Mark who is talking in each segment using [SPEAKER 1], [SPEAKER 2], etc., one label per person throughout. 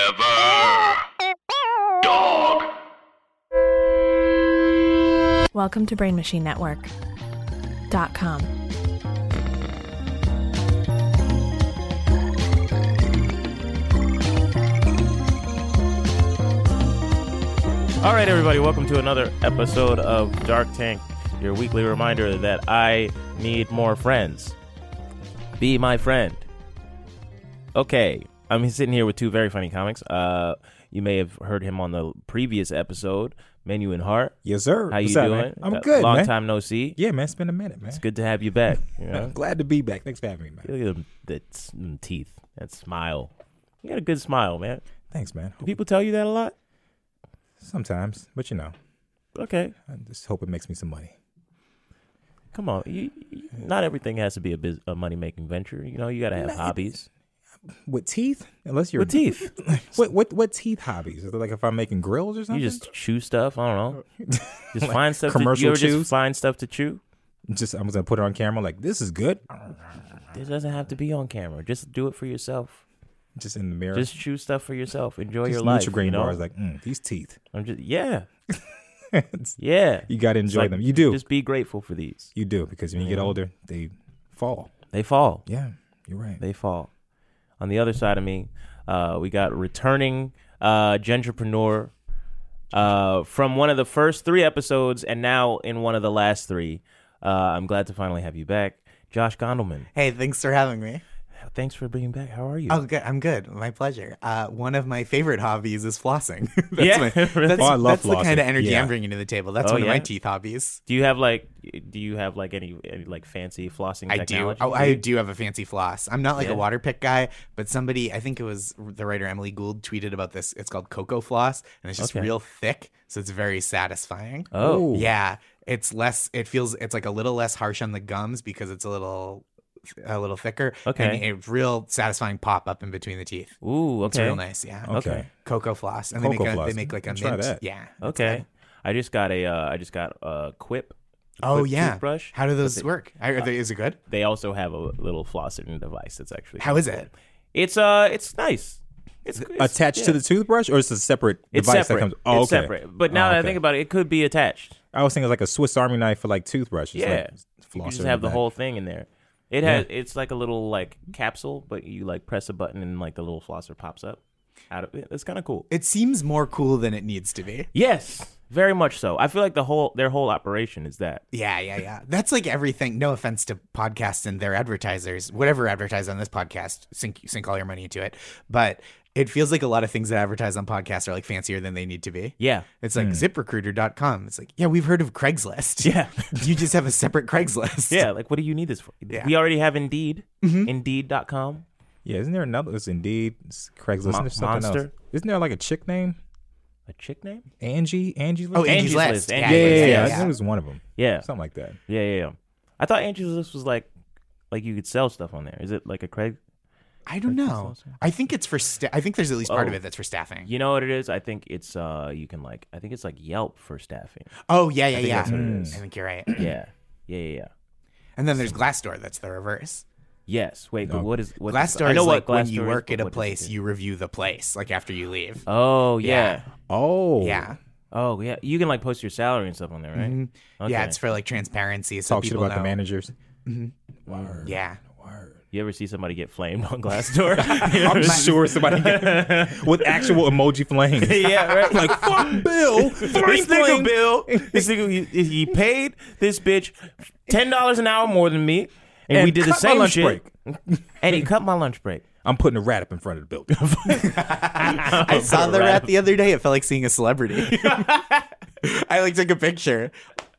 [SPEAKER 1] Forever. Dog.
[SPEAKER 2] Welcome to Brain Machine Network. Dot com.
[SPEAKER 3] All right, everybody, welcome to another episode of Dark Tank, your weekly reminder that I need more friends. Be my friend. Okay, I'm sitting here with two very funny comics. Uh, you may have heard him on the previous episode, Menu and Heart.
[SPEAKER 4] Yes, sir.
[SPEAKER 3] How
[SPEAKER 4] What's
[SPEAKER 3] you
[SPEAKER 4] up,
[SPEAKER 3] doing?
[SPEAKER 4] man? I'm
[SPEAKER 3] Uh,
[SPEAKER 4] good,
[SPEAKER 3] Long
[SPEAKER 4] man.
[SPEAKER 3] time no see.
[SPEAKER 4] Yeah, man. It's been a minute, man.
[SPEAKER 3] It's good to have you back. You know?
[SPEAKER 4] I'm glad to be back. Thanks for having me, man.
[SPEAKER 3] Look at them, that s- them teeth, that smile. You got a good smile, man.
[SPEAKER 4] Thanks, man.
[SPEAKER 3] Do people tell you that a lot?
[SPEAKER 4] Sometimes, but you know,
[SPEAKER 3] Okay,
[SPEAKER 4] I just hope it makes me some money.
[SPEAKER 3] come on. You, you- not everything has to be a, bus a money making venture. You know, you got to have hobbies.
[SPEAKER 4] With teeth? Unless you're
[SPEAKER 3] With teeth.
[SPEAKER 4] What what what teeth hobbies? Is it like if I'm making grills or something?
[SPEAKER 3] You just chew stuff. I don't know. Just find stuff. to,
[SPEAKER 4] commercial
[SPEAKER 3] you ever
[SPEAKER 4] chews?
[SPEAKER 3] just find stuff to chew.
[SPEAKER 4] just I'm gonna put it on camera. Like this is good.
[SPEAKER 3] This doesn't have to be on camera. Just do it for yourself.
[SPEAKER 4] Just in the mirror.
[SPEAKER 3] Just chew stuff for yourself. Enjoy
[SPEAKER 4] Just
[SPEAKER 3] your life.
[SPEAKER 4] Nutri-Grain
[SPEAKER 3] you know?
[SPEAKER 4] bars. Like mm, these teeth.
[SPEAKER 3] I'm just yeah,
[SPEAKER 4] It's-
[SPEAKER 3] yeah.
[SPEAKER 4] you gotta
[SPEAKER 3] It's
[SPEAKER 4] enjoy
[SPEAKER 3] like,
[SPEAKER 4] them. You do.
[SPEAKER 3] Just be grateful for these.
[SPEAKER 4] you do because when you get older, they fall.
[SPEAKER 3] They fall.
[SPEAKER 4] Yeah, you're right.
[SPEAKER 3] They fall. On the other side of me, uh, we got returning uh, gentrepreneur uh, from one of the first three episodes, and now in one of the last three. Uh, I'm glad to finally have you back, Josh Gondelman.
[SPEAKER 5] Hey, thanks for having me.
[SPEAKER 3] Thanks for being back. How are you?
[SPEAKER 5] Oh, good. I'm good. My pleasure. Uh, one of my favorite hobbies is flossing. that's
[SPEAKER 3] Yeah,
[SPEAKER 5] my, that's,
[SPEAKER 3] really?
[SPEAKER 4] Oh, I love
[SPEAKER 5] that's the kind
[SPEAKER 4] flossing.
[SPEAKER 5] of energy
[SPEAKER 4] Yeah.
[SPEAKER 5] I'm bringing to the table. That's
[SPEAKER 3] Oh,
[SPEAKER 5] one of my
[SPEAKER 3] yeah?
[SPEAKER 5] teeth hobbies.
[SPEAKER 3] Do you have like do you have like any, any like fancy flossing
[SPEAKER 5] I do.
[SPEAKER 3] technology?
[SPEAKER 5] Oh, I do have a fancy floss. I'm not like
[SPEAKER 3] Yeah.
[SPEAKER 5] a water pick guy, but somebody, I think it was the writer Emily Gould, tweeted about this. It's called cocoa floss, and it's just
[SPEAKER 3] Okay.
[SPEAKER 5] real thick, so it's very satisfying.
[SPEAKER 3] Oh.
[SPEAKER 4] Ooh.
[SPEAKER 5] Yeah, it's less. It feels it's like a little less harsh on the gums because it's a little, a little thicker.
[SPEAKER 3] Okay.
[SPEAKER 5] and a real satisfying pop up in between the teeth.
[SPEAKER 3] Ooh, okay.
[SPEAKER 5] It's real nice. Yeah.
[SPEAKER 4] Okay.
[SPEAKER 3] Okay.
[SPEAKER 5] Cocoa floss, and
[SPEAKER 4] Cocoa
[SPEAKER 5] they make a,
[SPEAKER 4] floss.
[SPEAKER 5] they make like a
[SPEAKER 4] I'll try
[SPEAKER 5] mint.
[SPEAKER 4] that.
[SPEAKER 5] Yeah. that's
[SPEAKER 3] Okay.
[SPEAKER 5] good.
[SPEAKER 3] I just got a uh, I just got a quip. a
[SPEAKER 5] Oh
[SPEAKER 3] Quip
[SPEAKER 5] yeah.
[SPEAKER 3] Toothbrush.
[SPEAKER 5] How do those work? Are, are they, is it good?
[SPEAKER 3] They also have a little flossing device that's actually
[SPEAKER 5] How is it?
[SPEAKER 3] It's uh it's nice. It's, it's
[SPEAKER 4] Attached to
[SPEAKER 3] yeah.
[SPEAKER 4] the toothbrush, or it's a separate
[SPEAKER 3] it's
[SPEAKER 4] device
[SPEAKER 3] separate.
[SPEAKER 4] that comes. Oh,
[SPEAKER 3] It's
[SPEAKER 4] okay.
[SPEAKER 3] separate. But
[SPEAKER 4] Oh,
[SPEAKER 3] now that I
[SPEAKER 4] okay.
[SPEAKER 3] think about it, it could be attached.
[SPEAKER 4] I was thinking it was like a Swiss Army knife for like toothbrush. It's
[SPEAKER 3] yeah.
[SPEAKER 4] like
[SPEAKER 3] you
[SPEAKER 4] flosser
[SPEAKER 3] just
[SPEAKER 4] in
[SPEAKER 3] have the
[SPEAKER 4] back.
[SPEAKER 3] whole thing in there. It has it's like a little like capsule, but you like press a button and like the little flosser pops up out of it. It's kind of cool.
[SPEAKER 5] It seems more cool than it needs to be.
[SPEAKER 3] Yes, very much so. I feel like the whole their whole operation is that.
[SPEAKER 5] Yeah, yeah, yeah. That's like everything. No offense to podcasts and their advertisers. Whatever advertise on this podcast, sink sink all your money into it. But it feels like a lot of things that advertise on podcasts are like fancier than they need to be.
[SPEAKER 3] Yeah.
[SPEAKER 5] It's like ziprecruiter.com. It's like, yeah, we've heard of Craigslist.
[SPEAKER 3] Yeah.
[SPEAKER 5] you just have a separate Craigslist.
[SPEAKER 3] Yeah, like what do you need this for?
[SPEAKER 5] Yeah.
[SPEAKER 3] We already have Indeed,
[SPEAKER 4] Mm-hmm.
[SPEAKER 3] Indeed.com.
[SPEAKER 4] Yeah, isn't there another? It's Indeed, it's Craigslist,
[SPEAKER 3] Mon-
[SPEAKER 4] and there's something
[SPEAKER 3] Monster?
[SPEAKER 4] else. Isn't there like a chick name?
[SPEAKER 3] A chick name?
[SPEAKER 4] Angie, Angie's List?
[SPEAKER 5] Oh,
[SPEAKER 3] Angie's
[SPEAKER 5] Angie's, List.
[SPEAKER 3] List.
[SPEAKER 4] yeah,
[SPEAKER 3] Angie's
[SPEAKER 4] yeah,
[SPEAKER 3] List,
[SPEAKER 4] yeah,
[SPEAKER 3] yeah,
[SPEAKER 4] I
[SPEAKER 3] yeah.
[SPEAKER 4] think it was one of them.
[SPEAKER 3] Yeah.
[SPEAKER 4] something like that.
[SPEAKER 3] Yeah, yeah, yeah. I thought Angie's List was like like you could sell stuff on there. Is it like a Craig?
[SPEAKER 5] I don't know. I think it's for. Sta- I think there's at least
[SPEAKER 3] Oh.
[SPEAKER 5] part of it that's for staffing.
[SPEAKER 3] You know what it is? I think it's uh you can like I think it's like Yelp for staffing.
[SPEAKER 5] Oh yeah, yeah, yeah.
[SPEAKER 3] that's what it
[SPEAKER 5] Mm.
[SPEAKER 3] is.
[SPEAKER 5] I think you're right.
[SPEAKER 3] Yeah. Yeah, yeah, yeah.
[SPEAKER 5] And then there's Glassdoor. That's the reverse.
[SPEAKER 3] Yes. Wait, but what is what
[SPEAKER 5] Glassdoor
[SPEAKER 3] I know
[SPEAKER 5] is
[SPEAKER 3] what
[SPEAKER 5] like when
[SPEAKER 3] Glassdoor
[SPEAKER 5] you
[SPEAKER 3] is,
[SPEAKER 5] work
[SPEAKER 3] but
[SPEAKER 5] at a
[SPEAKER 3] what does it
[SPEAKER 5] place,
[SPEAKER 3] do?
[SPEAKER 5] you review the place like after you leave.
[SPEAKER 3] Oh, yeah.
[SPEAKER 4] Oh,
[SPEAKER 5] Yeah,
[SPEAKER 3] Oh, yeah. You can like post your salary and stuff on there, right?
[SPEAKER 5] yeah.
[SPEAKER 3] Okay.
[SPEAKER 5] It's for like transparency. So
[SPEAKER 4] Talk shit
[SPEAKER 5] people
[SPEAKER 4] about the
[SPEAKER 5] know.
[SPEAKER 4] managers.
[SPEAKER 5] Yeah.
[SPEAKER 3] You ever see somebody get flamed on Glassdoor?
[SPEAKER 4] I'm sure somebody got- with actual emoji flames.
[SPEAKER 3] yeah, right.
[SPEAKER 4] like fuck Bill, flame
[SPEAKER 3] This nigga
[SPEAKER 4] flame.
[SPEAKER 3] Bill, this nigga, he, he paid this bitch ten dollars an hour more than me, and, we did the
[SPEAKER 4] cut my
[SPEAKER 3] same
[SPEAKER 4] lunch
[SPEAKER 3] shit.
[SPEAKER 4] break.
[SPEAKER 3] And he cut my lunch break.
[SPEAKER 4] I'm putting a rat up in front of the building.
[SPEAKER 5] I saw the rat the other day. It felt like seeing a celebrity. I like took a picture,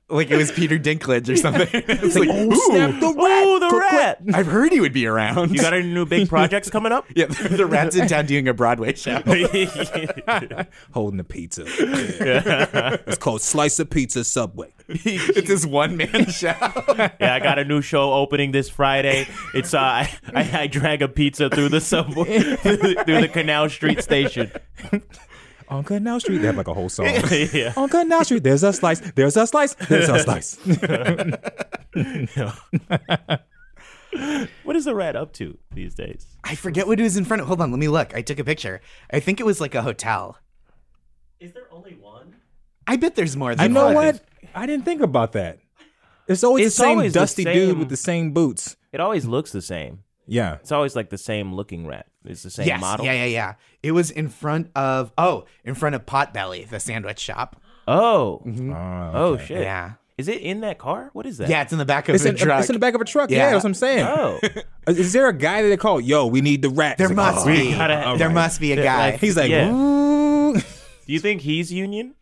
[SPEAKER 5] like it was Peter Dinklage or something. It's like, ooh,
[SPEAKER 3] the rat! Ooh, the rat!
[SPEAKER 5] I've heard he would be around.
[SPEAKER 3] You got any new big projects coming up?
[SPEAKER 5] yeah, the rat's in town doing a Broadway show.
[SPEAKER 4] holding the pizza. it's called Slice of Pizza Subway.
[SPEAKER 5] it's his one man show.
[SPEAKER 3] yeah, I got a new show opening this Friday. It's uh, I, I, I drag a pizza through the subway, through the- through the Canal Street station.
[SPEAKER 4] On Canal Street, they have like a whole song.
[SPEAKER 3] yeah.
[SPEAKER 4] On Canal Street, there's a slice, there's a slice, there's a slice.
[SPEAKER 3] What is the rat up to these days?
[SPEAKER 5] I forget what it was in front of. Hold on, let me look. I took a picture. I think it was like a hotel.
[SPEAKER 6] Is there only one?
[SPEAKER 5] I bet there's more than
[SPEAKER 4] You know
[SPEAKER 5] one.
[SPEAKER 4] what? I didn't think about that. It's always
[SPEAKER 3] It's
[SPEAKER 4] the same
[SPEAKER 3] always the
[SPEAKER 4] dusty
[SPEAKER 3] same-
[SPEAKER 4] dude with the same boots.
[SPEAKER 3] It always looks the same.
[SPEAKER 4] Yeah.
[SPEAKER 3] It's always like the same looking rat. It's the same
[SPEAKER 5] Yes.
[SPEAKER 3] model.
[SPEAKER 5] Yeah, yeah, yeah. It was in front of oh, in front of Potbelly, the sandwich shop.
[SPEAKER 3] Oh.
[SPEAKER 4] Oh,
[SPEAKER 3] Oh
[SPEAKER 4] okay.
[SPEAKER 3] shit.
[SPEAKER 5] Mm-hmm. Yeah.
[SPEAKER 3] Is it in that car? What is that?
[SPEAKER 5] Yeah, it's in the back of
[SPEAKER 4] It's
[SPEAKER 5] the
[SPEAKER 4] in,
[SPEAKER 5] truck.
[SPEAKER 4] it's in the back of a truck. Yeah,
[SPEAKER 5] Yeah.
[SPEAKER 4] that's what I'm saying. Uh,
[SPEAKER 3] Oh.
[SPEAKER 4] Is there a guy that they call? Yo, we need the rat.
[SPEAKER 5] there
[SPEAKER 4] It's like,
[SPEAKER 5] must
[SPEAKER 4] "Oh."
[SPEAKER 5] be.
[SPEAKER 3] gotta- all
[SPEAKER 5] There
[SPEAKER 3] right.
[SPEAKER 5] must be a guy.
[SPEAKER 3] like-
[SPEAKER 4] He's like,
[SPEAKER 3] Yeah.
[SPEAKER 4] "Ooh."
[SPEAKER 3] Do you think he's union?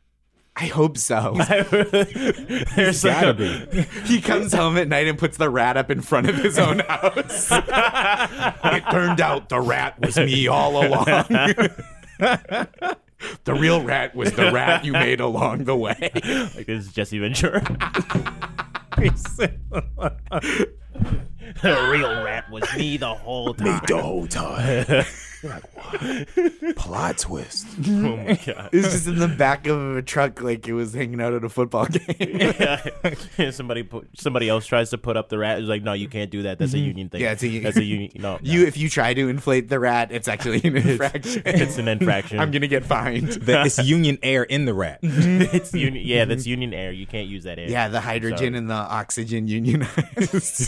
[SPEAKER 5] I hope so.
[SPEAKER 3] There's like
[SPEAKER 4] gotta
[SPEAKER 3] a-
[SPEAKER 4] be.
[SPEAKER 5] he comes home at night and puts the rat up in front of his own house. it turned out the rat was me all along. the real rat was the rat you made along the way.
[SPEAKER 3] like this is Jesse Ventura. the real rat was me the whole time.
[SPEAKER 4] the whole time. You're like, "What?" Plot twist.
[SPEAKER 3] Oh my god.
[SPEAKER 5] It was just in the back of a truck, like it was hanging out at a football game.
[SPEAKER 3] somebody put, somebody else tries to put up the rat. It's like, no, you can't do that. That's a
[SPEAKER 4] Mm-hmm.
[SPEAKER 3] union thing.
[SPEAKER 5] Yeah, it's a u-
[SPEAKER 3] That's a union. No, no.
[SPEAKER 5] You, if you try to inflate the rat, it's actually an infraction.
[SPEAKER 3] It's an infraction.
[SPEAKER 5] I'm gonna get fined.
[SPEAKER 4] The, it's union air in the rat.
[SPEAKER 3] it's union. Yeah, that's union air. You can't use that air.
[SPEAKER 5] Yeah, the hydrogen and the oxygen unionized,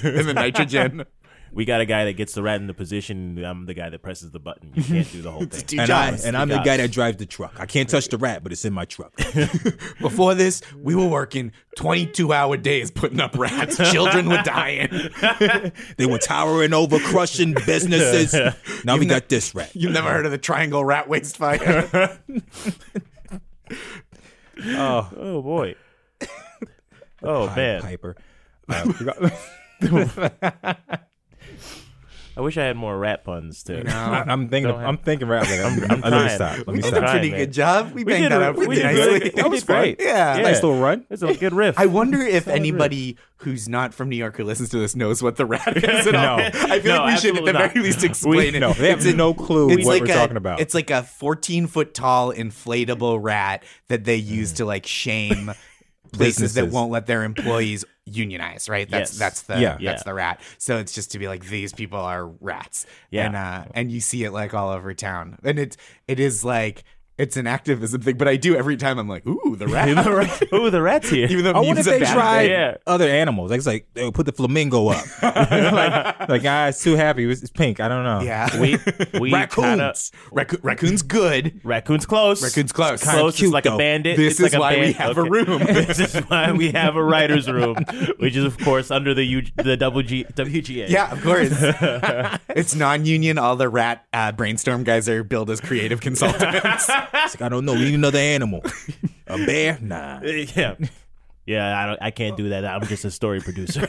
[SPEAKER 5] and the nitrogen.
[SPEAKER 3] We got a guy that gets the rat in the position. and I'm the guy that presses the button. You can't do the whole thing.
[SPEAKER 5] Two
[SPEAKER 4] And, I,
[SPEAKER 5] jobs.
[SPEAKER 4] and I'm the guy that drives the truck. I can't touch the rat, but it's in my truck.
[SPEAKER 5] Before this, we were working 22 hour days putting up rats. Children were dying.
[SPEAKER 4] They were towering over, crushing businesses. Now we got this rat.
[SPEAKER 5] You've never heard of the Triangle Rat Waste Fire?
[SPEAKER 3] Oh boy. Oh man.
[SPEAKER 4] Piper. Uh, we got-
[SPEAKER 3] I wish I had more rat puns too.
[SPEAKER 4] I- I'm thinking.
[SPEAKER 3] Don't have-
[SPEAKER 4] I'm thinking right now. I'm,
[SPEAKER 3] Um, I'm
[SPEAKER 4] i let me
[SPEAKER 3] trying.
[SPEAKER 4] stop. Let me
[SPEAKER 3] We
[SPEAKER 5] Did
[SPEAKER 4] stop.
[SPEAKER 5] a
[SPEAKER 3] Trying,
[SPEAKER 5] pretty
[SPEAKER 3] man.
[SPEAKER 5] good job. We banged that
[SPEAKER 3] a-
[SPEAKER 5] up pretty
[SPEAKER 3] did
[SPEAKER 5] nicely.
[SPEAKER 3] good.
[SPEAKER 4] That
[SPEAKER 3] We
[SPEAKER 4] was
[SPEAKER 3] did great.
[SPEAKER 4] fun.
[SPEAKER 5] Yeah.
[SPEAKER 4] Nice little run.
[SPEAKER 3] It's a good riff.
[SPEAKER 5] I wonder if anybody who's not from New York who listens to this knows what the rat is at all.
[SPEAKER 3] No.
[SPEAKER 5] I feel
[SPEAKER 3] No,
[SPEAKER 5] like we should at
[SPEAKER 3] absolutely
[SPEAKER 5] the
[SPEAKER 3] not.
[SPEAKER 5] very least explain it.
[SPEAKER 4] No, they have
[SPEAKER 5] It's a-
[SPEAKER 4] no clue what
[SPEAKER 5] It's like
[SPEAKER 4] we're
[SPEAKER 5] a,
[SPEAKER 4] talking about.
[SPEAKER 5] It's like a 14 foot tall inflatable rat that they use to like shame places that
[SPEAKER 4] Businesses.
[SPEAKER 5] won't let their employees unionize, right? That's
[SPEAKER 3] Yes.
[SPEAKER 5] that's the
[SPEAKER 4] Yeah.
[SPEAKER 5] that's
[SPEAKER 3] Yeah.
[SPEAKER 5] the rat. So it's just to be like these people are rats.
[SPEAKER 3] Yeah.
[SPEAKER 5] And uh and you see it like all over town. And it's it is like it's an activism thing, but I do every time I'm like, ooh, the rat.
[SPEAKER 3] The rat- Ooh, the rat's here.
[SPEAKER 5] Even though
[SPEAKER 4] I wonder if
[SPEAKER 5] meme's a
[SPEAKER 4] they
[SPEAKER 5] bad
[SPEAKER 4] tried
[SPEAKER 5] thing.
[SPEAKER 3] Yeah.
[SPEAKER 4] other animals. Like it's like they would put the flamingo up. like, like ah, it's too happy. It's, it's pink. I don't know.
[SPEAKER 5] Yeah.
[SPEAKER 3] we we kinda,
[SPEAKER 5] raccoons. Racco- raccoons good.
[SPEAKER 3] raccoons close.
[SPEAKER 5] Raccoons close.
[SPEAKER 3] Close is
[SPEAKER 4] cute,
[SPEAKER 3] like
[SPEAKER 4] though.
[SPEAKER 3] a bandit.
[SPEAKER 5] This
[SPEAKER 3] It's like
[SPEAKER 5] is why we
[SPEAKER 3] band-
[SPEAKER 5] have a
[SPEAKER 3] okay.
[SPEAKER 5] room.
[SPEAKER 3] this is why we have a writer's room, which is of course under the U- the WG- WGA.
[SPEAKER 5] Yeah, of course. it's non-union. All the rat uh, brainstorm guys are billed as creative consultants.
[SPEAKER 4] It's like I don't know. We need another animal. A bear? Nah.
[SPEAKER 3] yeah, yeah. I don't. I can't do that. I'm just a story producer.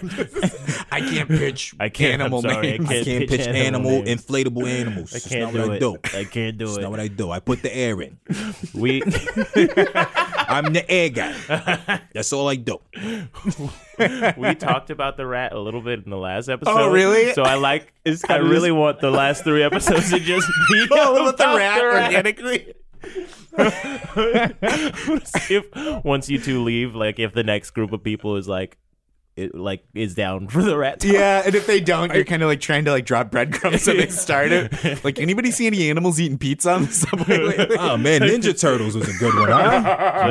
[SPEAKER 5] I can't pitch
[SPEAKER 3] I can't.
[SPEAKER 5] animal
[SPEAKER 3] I'm sorry.
[SPEAKER 5] names.
[SPEAKER 3] I
[SPEAKER 4] I
[SPEAKER 3] can't,
[SPEAKER 4] can't pitch, animal,
[SPEAKER 3] names.
[SPEAKER 4] inflatable animals.
[SPEAKER 3] I
[SPEAKER 4] It's
[SPEAKER 3] can't
[SPEAKER 4] not
[SPEAKER 3] do
[SPEAKER 4] what
[SPEAKER 3] it.
[SPEAKER 4] I do.
[SPEAKER 3] I can't do
[SPEAKER 4] It's not what
[SPEAKER 3] it.
[SPEAKER 4] I do. I put the air in.
[SPEAKER 3] We
[SPEAKER 4] I'm the air guy. That's all I do.
[SPEAKER 3] we talked about the rat a little bit in the last episode.
[SPEAKER 5] Oh, really?
[SPEAKER 3] So I like. I really want the last three episodes to just be
[SPEAKER 5] Oh, with the
[SPEAKER 3] about
[SPEAKER 5] rat
[SPEAKER 3] the rat.
[SPEAKER 5] organically.
[SPEAKER 3] if once you two leave, like if the next group of people is like, it, like is down for the rat. talk.
[SPEAKER 5] Yeah, and if they don't, you're kind of like trying to like drop breadcrumbs so they start it. Like, anybody see any animals eating pizza on the subway lately?
[SPEAKER 4] Oh man, Ninja Turtles was a good one. Huh?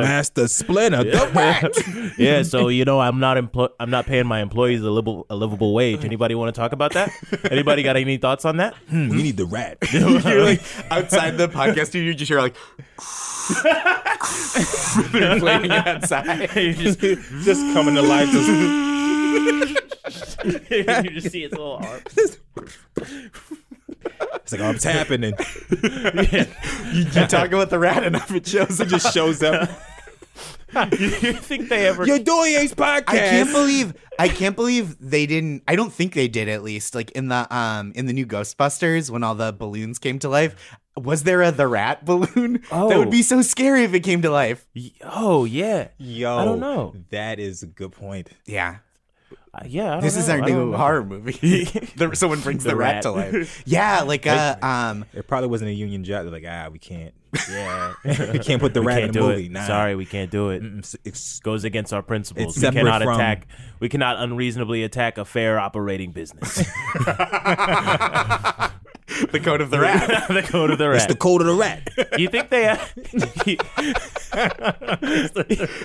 [SPEAKER 4] Master Splinter, the rat.
[SPEAKER 3] yeah. So you know, I'm not emplo- I'm not paying my employees a livable a livable wage. Anybody want to talk about that? Anybody got any thoughts on that?
[SPEAKER 4] Hmm, we need the rat.
[SPEAKER 5] You're like outside the podcast studio, you just hear like they're playing outside.
[SPEAKER 3] you just
[SPEAKER 4] Just coming to life. Just,
[SPEAKER 3] you just see its little arm.
[SPEAKER 4] it's like oh, it's happening.
[SPEAKER 5] You, you talk about the rat enough, it shows it just shows up.
[SPEAKER 3] you think they ever?
[SPEAKER 4] You're doing Ace podcast.
[SPEAKER 5] I can't believe I can't believe they didn't I don't think they did at least like in the um in the new Ghostbusters when all the balloons came to life was there a the rat balloon that
[SPEAKER 3] Oh.
[SPEAKER 5] would be so scary if it came to life
[SPEAKER 3] Oh yeah,
[SPEAKER 4] Yo,
[SPEAKER 3] I don't know.
[SPEAKER 4] That is a good point.
[SPEAKER 5] yeah
[SPEAKER 3] Uh, yeah. I don't
[SPEAKER 5] this is
[SPEAKER 3] know.
[SPEAKER 5] our
[SPEAKER 3] I don't
[SPEAKER 5] new
[SPEAKER 3] know.
[SPEAKER 5] horror movie The- someone brings the,
[SPEAKER 3] The
[SPEAKER 5] rat.
[SPEAKER 3] rat.
[SPEAKER 5] to life yeah like uh um
[SPEAKER 4] It probably wasn't a union job. They're like, ah, we can't.
[SPEAKER 3] Yeah,
[SPEAKER 4] We can't put the
[SPEAKER 3] we
[SPEAKER 4] rat
[SPEAKER 3] can't
[SPEAKER 4] in the
[SPEAKER 3] do
[SPEAKER 4] movie.
[SPEAKER 3] it.
[SPEAKER 4] Nah.
[SPEAKER 3] Sorry, we can't do it.
[SPEAKER 4] It's- it's-
[SPEAKER 3] Goes against our principles.
[SPEAKER 4] It's
[SPEAKER 3] we
[SPEAKER 4] separate
[SPEAKER 3] cannot
[SPEAKER 4] from-
[SPEAKER 3] attack. We cannot unreasonably attack a fair operating business.
[SPEAKER 5] the code of the rat.
[SPEAKER 3] the code of the rat.
[SPEAKER 4] It's the code of the rat.
[SPEAKER 3] you think they? e-,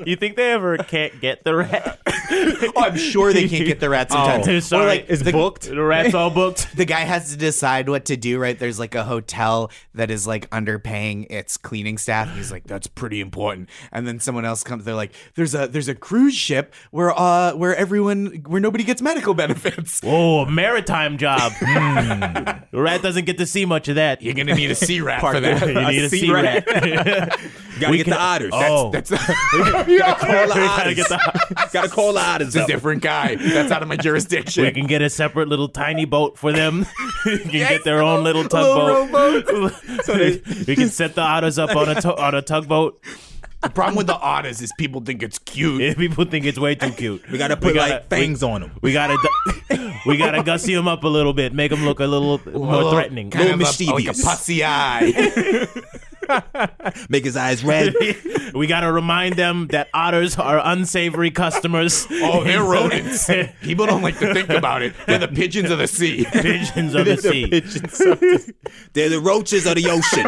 [SPEAKER 3] you think they ever can't get the rat?
[SPEAKER 5] Oh, I'm sure they can't get the rat sometimes.
[SPEAKER 3] Dude, Oh. sorry.
[SPEAKER 5] Or like
[SPEAKER 7] It's
[SPEAKER 5] the,
[SPEAKER 7] booked.
[SPEAKER 3] the rat's all booked.
[SPEAKER 5] the guy has to decide what to do, right? There's like a hotel that is like underpaying its cleaning staff. He's like, that's pretty important. And then someone else comes, they're like, there's a there's a cruise ship where uh where everyone where nobody gets medical benefits.
[SPEAKER 3] Whoa, Oh, a maritime job. Hmm. The rat doesn't get to see much of that.
[SPEAKER 5] You're gonna need a sea rat for that.
[SPEAKER 3] you need a sea rat.
[SPEAKER 4] Gotta get the otters.
[SPEAKER 3] oh,
[SPEAKER 5] That's
[SPEAKER 4] Gotta call the
[SPEAKER 3] we gotta
[SPEAKER 4] otters.
[SPEAKER 3] get the.
[SPEAKER 4] Gotta call the otters.
[SPEAKER 5] a
[SPEAKER 4] up.
[SPEAKER 5] different guy. That's out of my jurisdiction.
[SPEAKER 3] We can get a separate little tiny boat for them. you can get their own little tugboat. we can set the otters up on a tu- on a tugboat.
[SPEAKER 5] The problem with the otters is people think it's cute.
[SPEAKER 3] If people think it's way too cute,
[SPEAKER 4] We gotta put
[SPEAKER 3] gotta-
[SPEAKER 4] like fangs on them.
[SPEAKER 3] we gotta du- we gotta gussy them up a little bit, make them look a little more
[SPEAKER 5] Well,
[SPEAKER 3] threatening.
[SPEAKER 5] Kind of
[SPEAKER 4] Little
[SPEAKER 5] a, like a
[SPEAKER 4] mischievous.
[SPEAKER 5] pussy eye.
[SPEAKER 4] Make his eyes red.
[SPEAKER 3] we gotta remind them that otters are unsavory customers.
[SPEAKER 5] oh, they're rodents. People don't like to think about it. They're the pigeons of the sea.
[SPEAKER 3] pigeons of the sea.
[SPEAKER 4] They're the roaches of the ocean.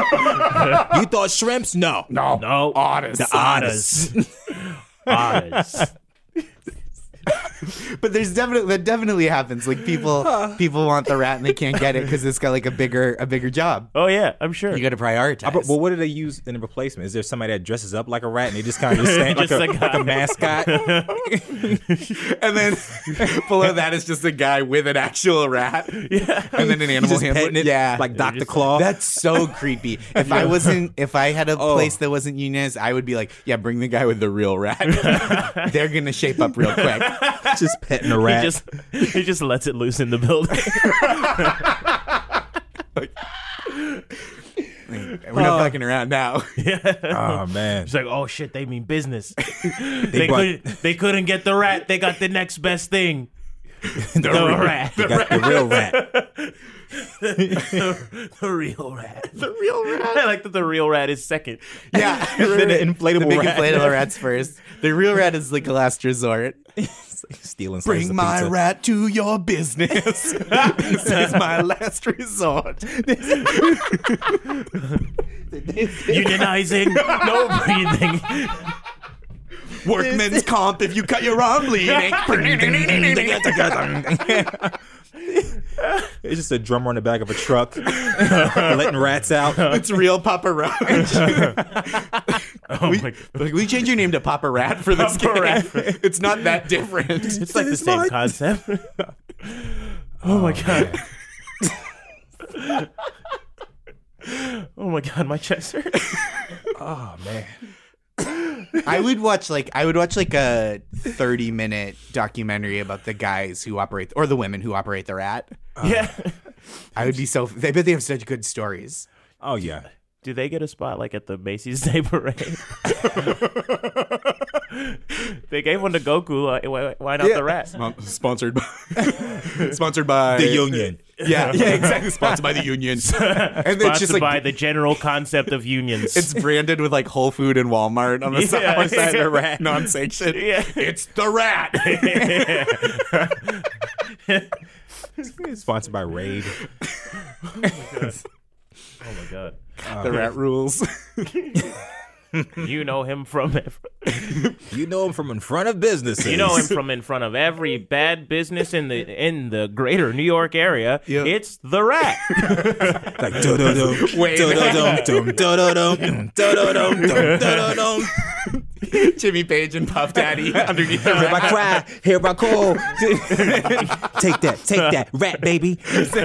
[SPEAKER 4] you thought shrimps? No.
[SPEAKER 5] No,
[SPEAKER 3] No.
[SPEAKER 5] otters.
[SPEAKER 4] The otters.
[SPEAKER 3] Otters.
[SPEAKER 5] But there's definitely that definitely happens. Like people, people want the rat and they can't get it because it's got like a bigger a bigger job.
[SPEAKER 3] Oh yeah, I'm sure.
[SPEAKER 5] You got to prioritize.
[SPEAKER 4] But, but what do they use in the replacement? Is there somebody that dresses up like a rat and they just kind of just stand like,
[SPEAKER 3] Just
[SPEAKER 4] a,
[SPEAKER 3] a guy.
[SPEAKER 4] like a mascot?
[SPEAKER 5] and then below that is just a guy with an actual rat. Yeah. And then an
[SPEAKER 4] He's
[SPEAKER 5] animal
[SPEAKER 4] just
[SPEAKER 5] handler.
[SPEAKER 4] petting it
[SPEAKER 5] yeah.
[SPEAKER 4] like Dr. Claw.
[SPEAKER 5] That's so creepy. If I wasn't, if I had a place that wasn't unionized, I would be like, yeah, bring the guy with the real rat. They're gonna shape up real quick.
[SPEAKER 4] just petting a
[SPEAKER 3] he
[SPEAKER 4] rat.
[SPEAKER 3] just he just lets it loose in the building.
[SPEAKER 5] We're not fucking around now.
[SPEAKER 4] oh, man.
[SPEAKER 3] It's like, oh shit, they mean business. they
[SPEAKER 4] brought-
[SPEAKER 3] couldn't they couldn't get the rat. They got the next best thing. The, rat. The,
[SPEAKER 4] Got the real rat.
[SPEAKER 3] the real rat. The real rat. I like that the real rat is second.
[SPEAKER 5] Yeah.
[SPEAKER 4] Then an inflatable
[SPEAKER 5] the big
[SPEAKER 4] rat.
[SPEAKER 5] inflatable rats first. The real rat is like a last resort.
[SPEAKER 4] Stealing slices
[SPEAKER 5] Bring
[SPEAKER 4] of
[SPEAKER 5] my
[SPEAKER 4] pizza.
[SPEAKER 5] rat to your business. this is my last resort.
[SPEAKER 3] Unionizing, no breathing.
[SPEAKER 5] Workman's comp if you cut your arm bleeding.
[SPEAKER 4] It's just a drummer on the back of a truck letting rats out.
[SPEAKER 5] it's real Papa Roach.
[SPEAKER 3] Oh my
[SPEAKER 5] Like, we change your name to Papa Rat for this
[SPEAKER 3] Papa
[SPEAKER 5] Papa
[SPEAKER 3] Rat.
[SPEAKER 5] it's not that different.
[SPEAKER 3] It's like the same concept. oh, my god. oh my god, my chest hurts.
[SPEAKER 4] Oh, man.
[SPEAKER 5] I would watch like I would watch like a thirty minute documentary about the guys who operate or the women who operate the rat.
[SPEAKER 3] yeah.
[SPEAKER 5] I would be so. They bet they have such good stories.
[SPEAKER 4] Oh, yeah.
[SPEAKER 3] Do they get a spot like at the Macy's Day Parade? they gave one to Goku. like, Why, why not the rat?
[SPEAKER 5] sponsored by sponsored by
[SPEAKER 4] The union.
[SPEAKER 5] Yeah, yeah, exactly. Sponsored by the union. and it's
[SPEAKER 3] Sponsored
[SPEAKER 5] just like
[SPEAKER 3] by the general concept of unions.
[SPEAKER 5] it's branded with like Whole Food and Walmart on the
[SPEAKER 3] Yeah.
[SPEAKER 5] side, side of the rat non-sanctioned.
[SPEAKER 3] Yeah.
[SPEAKER 5] It's the rat.
[SPEAKER 4] It's sponsored by Raid.
[SPEAKER 3] oh my god!
[SPEAKER 5] the rat rules.
[SPEAKER 3] You know him from ev-
[SPEAKER 4] You know him from in front of businesses.
[SPEAKER 3] you know him from in front of every bad business in the in the greater New York area.
[SPEAKER 5] Yeah.
[SPEAKER 3] It's the rat.
[SPEAKER 4] Like dum dum dum
[SPEAKER 5] Wait.
[SPEAKER 4] dum dum dum dum dum dum dum dum dum.
[SPEAKER 5] Jimmy Page and Puff Daddy underneath the
[SPEAKER 4] Here I
[SPEAKER 5] rat.
[SPEAKER 4] cry, here I call. take that, take that, rat baby. It's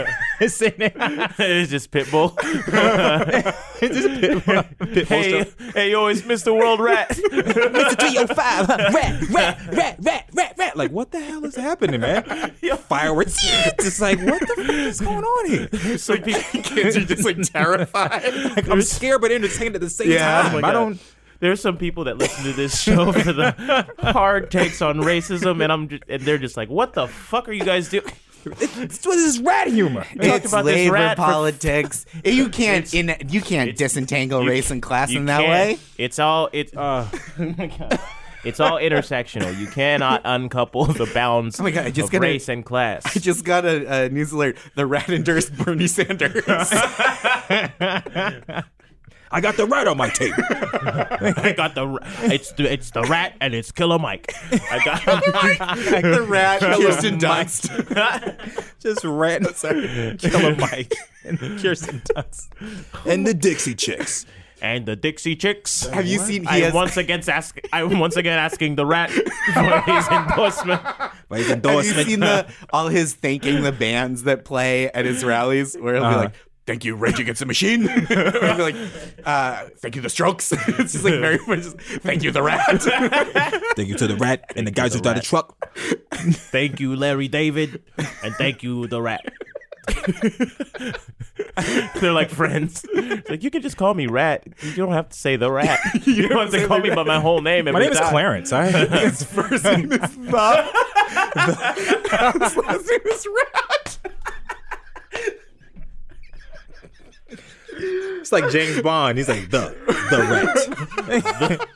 [SPEAKER 4] in there.
[SPEAKER 3] it's just Pitbull. hey, hey, yo, it's Mr. World Rat.
[SPEAKER 4] Mr. 305, huh? rat, rat, rat, rat, rat, rat. Like, what the hell is happening, man? Fireworks. It's like, what the fuck is going on here?
[SPEAKER 3] Some people,
[SPEAKER 5] Kids are just like terrified.
[SPEAKER 4] Like, I'm scared but entertained at the same
[SPEAKER 5] Yeah.
[SPEAKER 4] time.
[SPEAKER 3] Oh my
[SPEAKER 4] I
[SPEAKER 3] God.
[SPEAKER 4] don't.
[SPEAKER 3] There's some people that listen to this show for the hard takes on racism, and I'm just, and they're just like, "What the fuck are you guys doing?"
[SPEAKER 4] It's, what is this rat humor?
[SPEAKER 3] talked about this rat for-
[SPEAKER 5] politics. you can't in you can't disentangle
[SPEAKER 3] you
[SPEAKER 5] race
[SPEAKER 3] ca-
[SPEAKER 5] and class
[SPEAKER 3] You
[SPEAKER 5] in that
[SPEAKER 3] can't-
[SPEAKER 5] way.
[SPEAKER 3] It's all it's. It's all intersectional. You cannot uncouple the bounds
[SPEAKER 5] Oh my God, I just
[SPEAKER 3] of
[SPEAKER 5] gotta-
[SPEAKER 3] race and class.
[SPEAKER 5] I just got a, a news alert. The rat endorsed Bernie Sanders.
[SPEAKER 4] I got the rat on my tape.
[SPEAKER 3] I got the. It's the. It's the rat and it's Killer Mike. I got.
[SPEAKER 5] the rat, Kirsten Dunst.
[SPEAKER 4] Just rat.
[SPEAKER 3] Killer Mike and Kirsten Dunst
[SPEAKER 4] And the Dixie Chicks.
[SPEAKER 3] and the Dixie Chicks.
[SPEAKER 5] Have you seen? He
[SPEAKER 3] I
[SPEAKER 5] has,
[SPEAKER 3] am once again ask. I'm once again asking the rat for his endorsement.
[SPEAKER 4] Like his
[SPEAKER 5] have you
[SPEAKER 4] endorsement.
[SPEAKER 5] seen the all his thanking the bands that play at his rallies? Where he'll be like. Thank you, Rage Against the Machine. or he'll be like, uh, thank you, The Strokes. it's just like very much. Just, thank you, The Rat.
[SPEAKER 4] Thank you to the rat and the guys who drive the truck.
[SPEAKER 3] Thank you, Larry David, and thank you, the rat. They're like friends. It's like you can just call me Rat. You don't have to say the Rat. You don't have to call me by my whole name.
[SPEAKER 7] My
[SPEAKER 3] every
[SPEAKER 7] name is
[SPEAKER 3] time.
[SPEAKER 7] Clarence. I,
[SPEAKER 5] His first name is Bob. His last name is Rat.
[SPEAKER 4] It's like James Bond. He's like the the rat.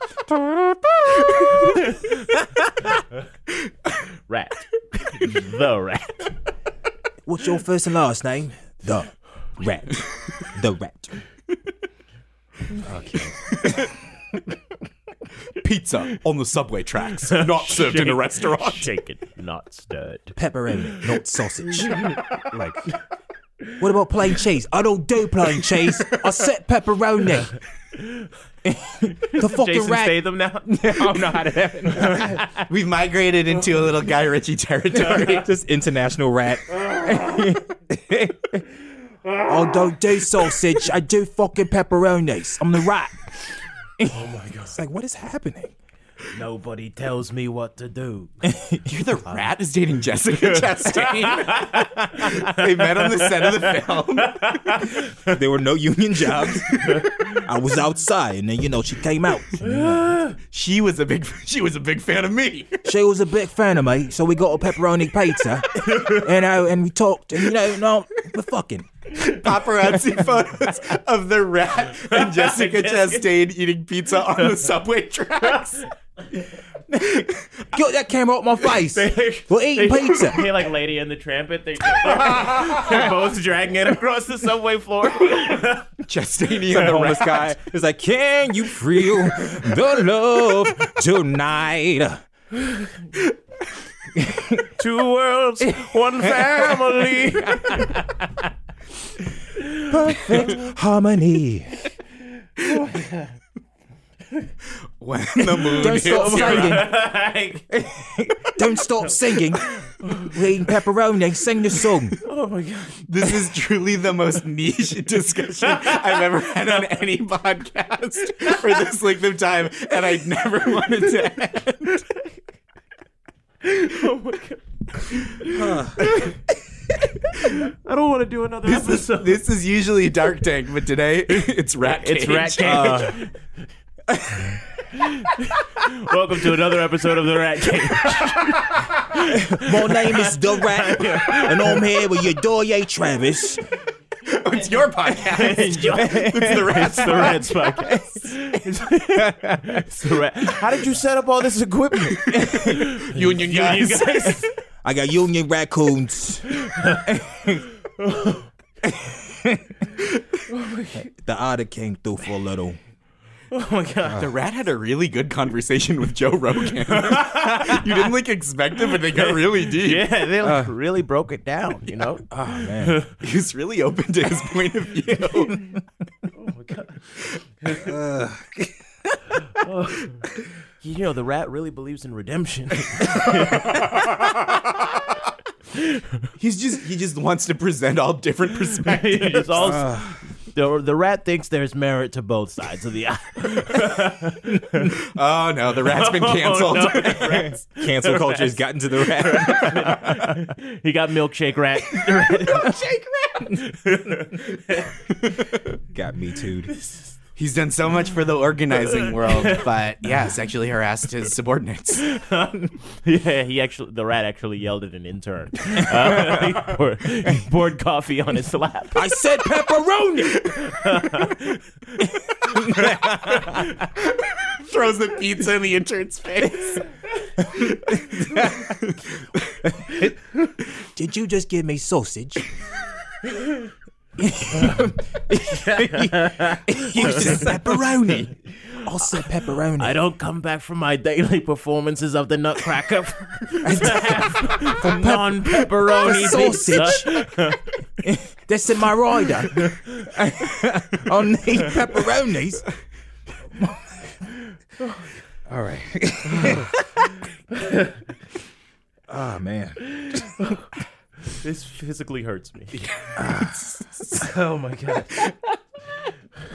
[SPEAKER 3] Rat. The Rat.
[SPEAKER 4] What's your first and last name? The rat. The rat.
[SPEAKER 5] Pizza on the subway tracks, not served in a restaurant.
[SPEAKER 3] Shaken, not stirred.
[SPEAKER 4] Pepperoni, not sausage. like. What about plain cheese? I don't do plain cheese. I said pepperoni. the fucking
[SPEAKER 3] Jason
[SPEAKER 4] rat.
[SPEAKER 3] Statham now. I don't know how to have it.
[SPEAKER 5] We've migrated into a little Guy Ritchie territory.
[SPEAKER 7] just international rat.
[SPEAKER 4] I don't do sausage. I do fucking pepperonis. I'm the rat.
[SPEAKER 7] It's like, what is happening?
[SPEAKER 3] Nobody tells me what to do.
[SPEAKER 5] You're the rat is dating Jessica Chastain. they met on the set of the film.
[SPEAKER 4] There were no union jobs. I was outside, and then you know she came out.
[SPEAKER 5] She was a big she was a big fan of me.
[SPEAKER 4] She was a big fan of me, so we got a pepperoni pizza, you know, and we talked, and you know, no, we're fucking.
[SPEAKER 5] Paparazzi photos of the rat and Jessica Chastain eating pizza on the subway tracks.
[SPEAKER 4] Get that camera up my face. We're eating pizza.
[SPEAKER 3] They like Lady and the Trampet. They, they're both dragging it across the subway floor.
[SPEAKER 5] Chastain eating the
[SPEAKER 7] Homeless
[SPEAKER 5] rat.
[SPEAKER 7] guy is like, can you feel the love tonight?
[SPEAKER 3] Two worlds, one family.
[SPEAKER 7] Harmony.
[SPEAKER 5] When the moon
[SPEAKER 4] Don't stop
[SPEAKER 3] Oh
[SPEAKER 4] singing.
[SPEAKER 3] Like,
[SPEAKER 4] Don't stop singing. We're eating pepperoni. Sing the song.
[SPEAKER 5] This is truly the most niche discussion I've ever had on any podcast for this length of time, and I never wanted to end.
[SPEAKER 3] I don't want to do another
[SPEAKER 5] This,
[SPEAKER 3] episode.
[SPEAKER 5] this is usually Dark Tank, but today it's Rat
[SPEAKER 3] It's
[SPEAKER 5] Cage.
[SPEAKER 3] Rat Cage. Welcome to another episode of the Rat Cage.
[SPEAKER 4] My name is The Rat, and I'm here with your Doye Travis.
[SPEAKER 5] Oh, it's your podcast.
[SPEAKER 3] it's the Rats. the Rats podcast. it's the Rat. How did you set up all this equipment?
[SPEAKER 5] Union guys.
[SPEAKER 3] guys.
[SPEAKER 4] I got Union Raccoons. the otter came through for a little.
[SPEAKER 3] Oh my god.
[SPEAKER 5] The rat had a really good conversation with Joe Rogan. you didn't like expect it, but they got really deep.
[SPEAKER 3] Yeah, they like really broke it down, you know?
[SPEAKER 7] Oh, man.
[SPEAKER 5] He was really open to his point of view.
[SPEAKER 3] You know, the rat really believes in redemption.
[SPEAKER 5] He's just he just wants to present all different perspectives.
[SPEAKER 3] It's all- the, the rat thinks there's merit to both sides of the aisle.
[SPEAKER 5] Oh no, the rat's been canceled.
[SPEAKER 3] Oh, no, the rat's-
[SPEAKER 7] Cancel culture has gotten to the rat.
[SPEAKER 3] He got milkshake rat.
[SPEAKER 7] Got me too.
[SPEAKER 5] He's done so much for the organizing world, but yeah, sexually harassed his subordinates.
[SPEAKER 3] yeah, he actually the rat actually yelled at an intern. Uh, he, poured, he poured coffee on his lap.
[SPEAKER 4] I said pepperoni.
[SPEAKER 5] throws the pizza in the intern's face.
[SPEAKER 4] Did you just give me sausage? you said pepperoni. I said pepperoni.
[SPEAKER 3] I don't come back from my daily performances of the Nutcracker to have non pepperoni sausage.
[SPEAKER 4] That's in my rider. I need pepperonis. All right. oh man.
[SPEAKER 3] This physically hurts me. oh my god.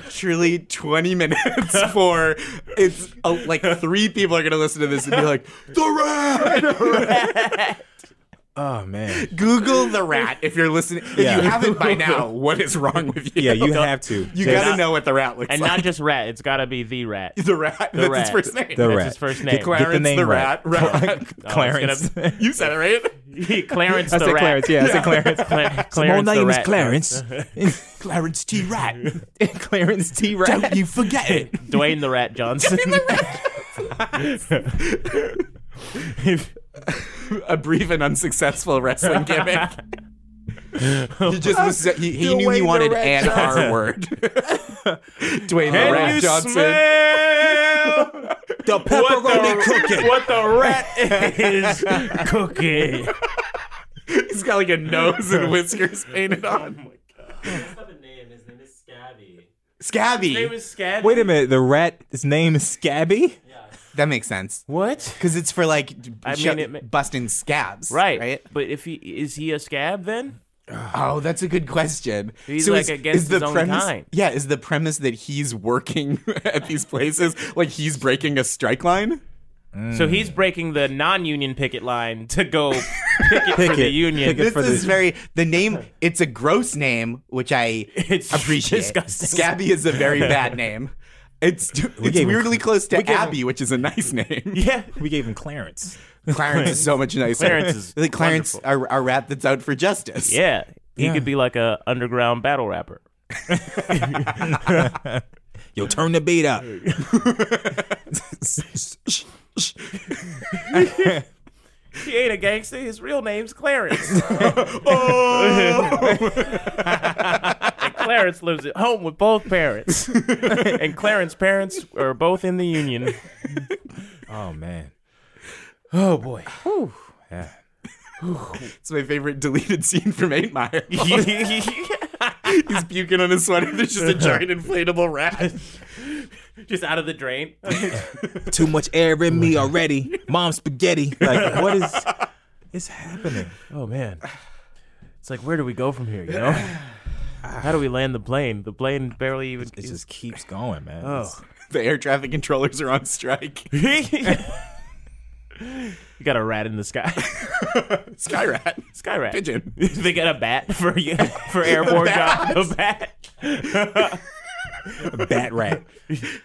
[SPEAKER 5] Truly, 20 minutes for it's uh, like three people are gonna listen to this and be like, the rat.
[SPEAKER 4] Oh man.
[SPEAKER 5] Google the rat if you're listening. If
[SPEAKER 4] Yeah.
[SPEAKER 5] you haven't by now, what is wrong with you?
[SPEAKER 4] Yeah, you have to.
[SPEAKER 5] You
[SPEAKER 4] Just-
[SPEAKER 5] gotta know what the rat looks
[SPEAKER 3] And
[SPEAKER 5] like.
[SPEAKER 3] not just rat, it's gotta be the rat.
[SPEAKER 5] the rat. that's
[SPEAKER 3] rat.
[SPEAKER 5] his first
[SPEAKER 4] The
[SPEAKER 5] name.
[SPEAKER 3] That's
[SPEAKER 4] rat.
[SPEAKER 3] his first name.
[SPEAKER 5] Clarence the,
[SPEAKER 4] name
[SPEAKER 5] rat.
[SPEAKER 4] right.
[SPEAKER 5] rat.
[SPEAKER 4] Clarence.
[SPEAKER 5] you said it right.
[SPEAKER 3] Clarence
[SPEAKER 4] I
[SPEAKER 3] the
[SPEAKER 4] said
[SPEAKER 3] rat.
[SPEAKER 4] Clarence. Yeah, I said Clarence.
[SPEAKER 3] Cla-
[SPEAKER 4] My
[SPEAKER 3] Clarence the
[SPEAKER 4] name is
[SPEAKER 3] rat.
[SPEAKER 4] Clarence. Clarence T. Rat. Clarence T. Rat. Don't you forget it.
[SPEAKER 3] Dwayne the rat Johnson.
[SPEAKER 5] A brief and unsuccessful wrestling gimmick. he just was. He, he knew he wanted an R word. Dwayne the Rat Johnson.
[SPEAKER 3] smell
[SPEAKER 4] The pepperoni cooking.
[SPEAKER 3] what the rat is cooking?
[SPEAKER 5] He's got like a nose and whiskers painted on.
[SPEAKER 8] does have a name. His name is Scabby.
[SPEAKER 5] Scabby.
[SPEAKER 4] Wait a minute. The rat's name is Scabby.
[SPEAKER 5] That makes sense.
[SPEAKER 3] What?
[SPEAKER 5] Because it's for like
[SPEAKER 3] I
[SPEAKER 5] sh-
[SPEAKER 3] mean, it ma-
[SPEAKER 5] busting scabs,
[SPEAKER 3] Right.
[SPEAKER 5] Right.
[SPEAKER 3] But if he is he a scab then?
[SPEAKER 5] Oh, that's a good question.
[SPEAKER 3] He's, like, against his own
[SPEAKER 5] premise,
[SPEAKER 3] kind.
[SPEAKER 5] Yeah, is the premise that he's working at these places like he's breaking a strike line?
[SPEAKER 4] Mm.
[SPEAKER 3] So he's breaking the non-union picket line to go picket, for the
[SPEAKER 4] Picket.
[SPEAKER 3] union.
[SPEAKER 4] Picket.
[SPEAKER 5] This
[SPEAKER 4] for the-
[SPEAKER 5] is very the name. It's a gross name, which I
[SPEAKER 3] It's
[SPEAKER 5] appreciate.
[SPEAKER 3] disgusting.
[SPEAKER 5] Scabby is a very bad name. It's it's
[SPEAKER 4] gave him-
[SPEAKER 5] weirdly close to
[SPEAKER 4] gave him-
[SPEAKER 5] Abby, which is a nice name.
[SPEAKER 3] Yeah.
[SPEAKER 4] We gave him Clarence.
[SPEAKER 5] Clarence is so much nicer.
[SPEAKER 3] Clarence is
[SPEAKER 5] like Clarence, our, our rat that's out for justice.
[SPEAKER 3] Yeah. He
[SPEAKER 4] Yeah.
[SPEAKER 3] could be like a underground battle rapper.
[SPEAKER 4] Yo, turn the beat up.
[SPEAKER 3] He ain't a gangster. His real name's Clarence. Oh. and Clarence lives at home with both parents. and Clarence's parents are both in the union.
[SPEAKER 4] Oh man. Oh boy. Yeah.
[SPEAKER 5] It's my favorite deleted scene from Eight Mile. He's puking on his sweater. There's just a giant inflatable rat.
[SPEAKER 3] Just out of the drain.
[SPEAKER 4] Too much air in me already. Mom spaghetti. Like what is is happening?
[SPEAKER 3] Oh man. It's like where do we go from here, you know? How do we land the plane? The plane barely even
[SPEAKER 4] It just keeps going, man.
[SPEAKER 3] Oh.
[SPEAKER 5] The air traffic controllers are on strike.
[SPEAKER 3] you got a rat in the sky.
[SPEAKER 5] Sky rat.
[SPEAKER 3] Sky rat.
[SPEAKER 5] Pigeon.
[SPEAKER 3] they got a bat for you for airborne job. A bat.
[SPEAKER 4] It's bat rat.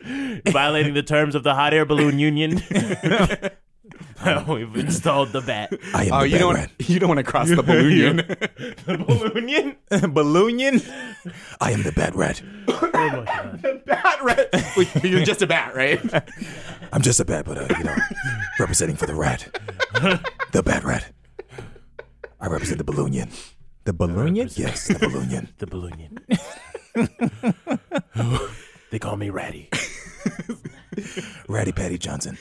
[SPEAKER 3] Violating the terms of the hot air balloon union. Oh, We've installed the bat.
[SPEAKER 4] I am
[SPEAKER 5] Oh,
[SPEAKER 4] the
[SPEAKER 5] you
[SPEAKER 4] bat
[SPEAKER 5] don't
[SPEAKER 4] rat.
[SPEAKER 5] you don't want to cross the balloon. union.
[SPEAKER 3] The balloon union?
[SPEAKER 4] Balloonian. I am the bat rat.
[SPEAKER 3] Oh my god.
[SPEAKER 5] bat rat. Like, you're just a bat, right?
[SPEAKER 4] I'm just a bat, but uh, you know, representing for the rat. The bat rat. I represent the balloonian. The balloonian? Yes, the balloonian.
[SPEAKER 3] The balloon union. they call me Ratty.
[SPEAKER 4] Ratty Patty Johnson.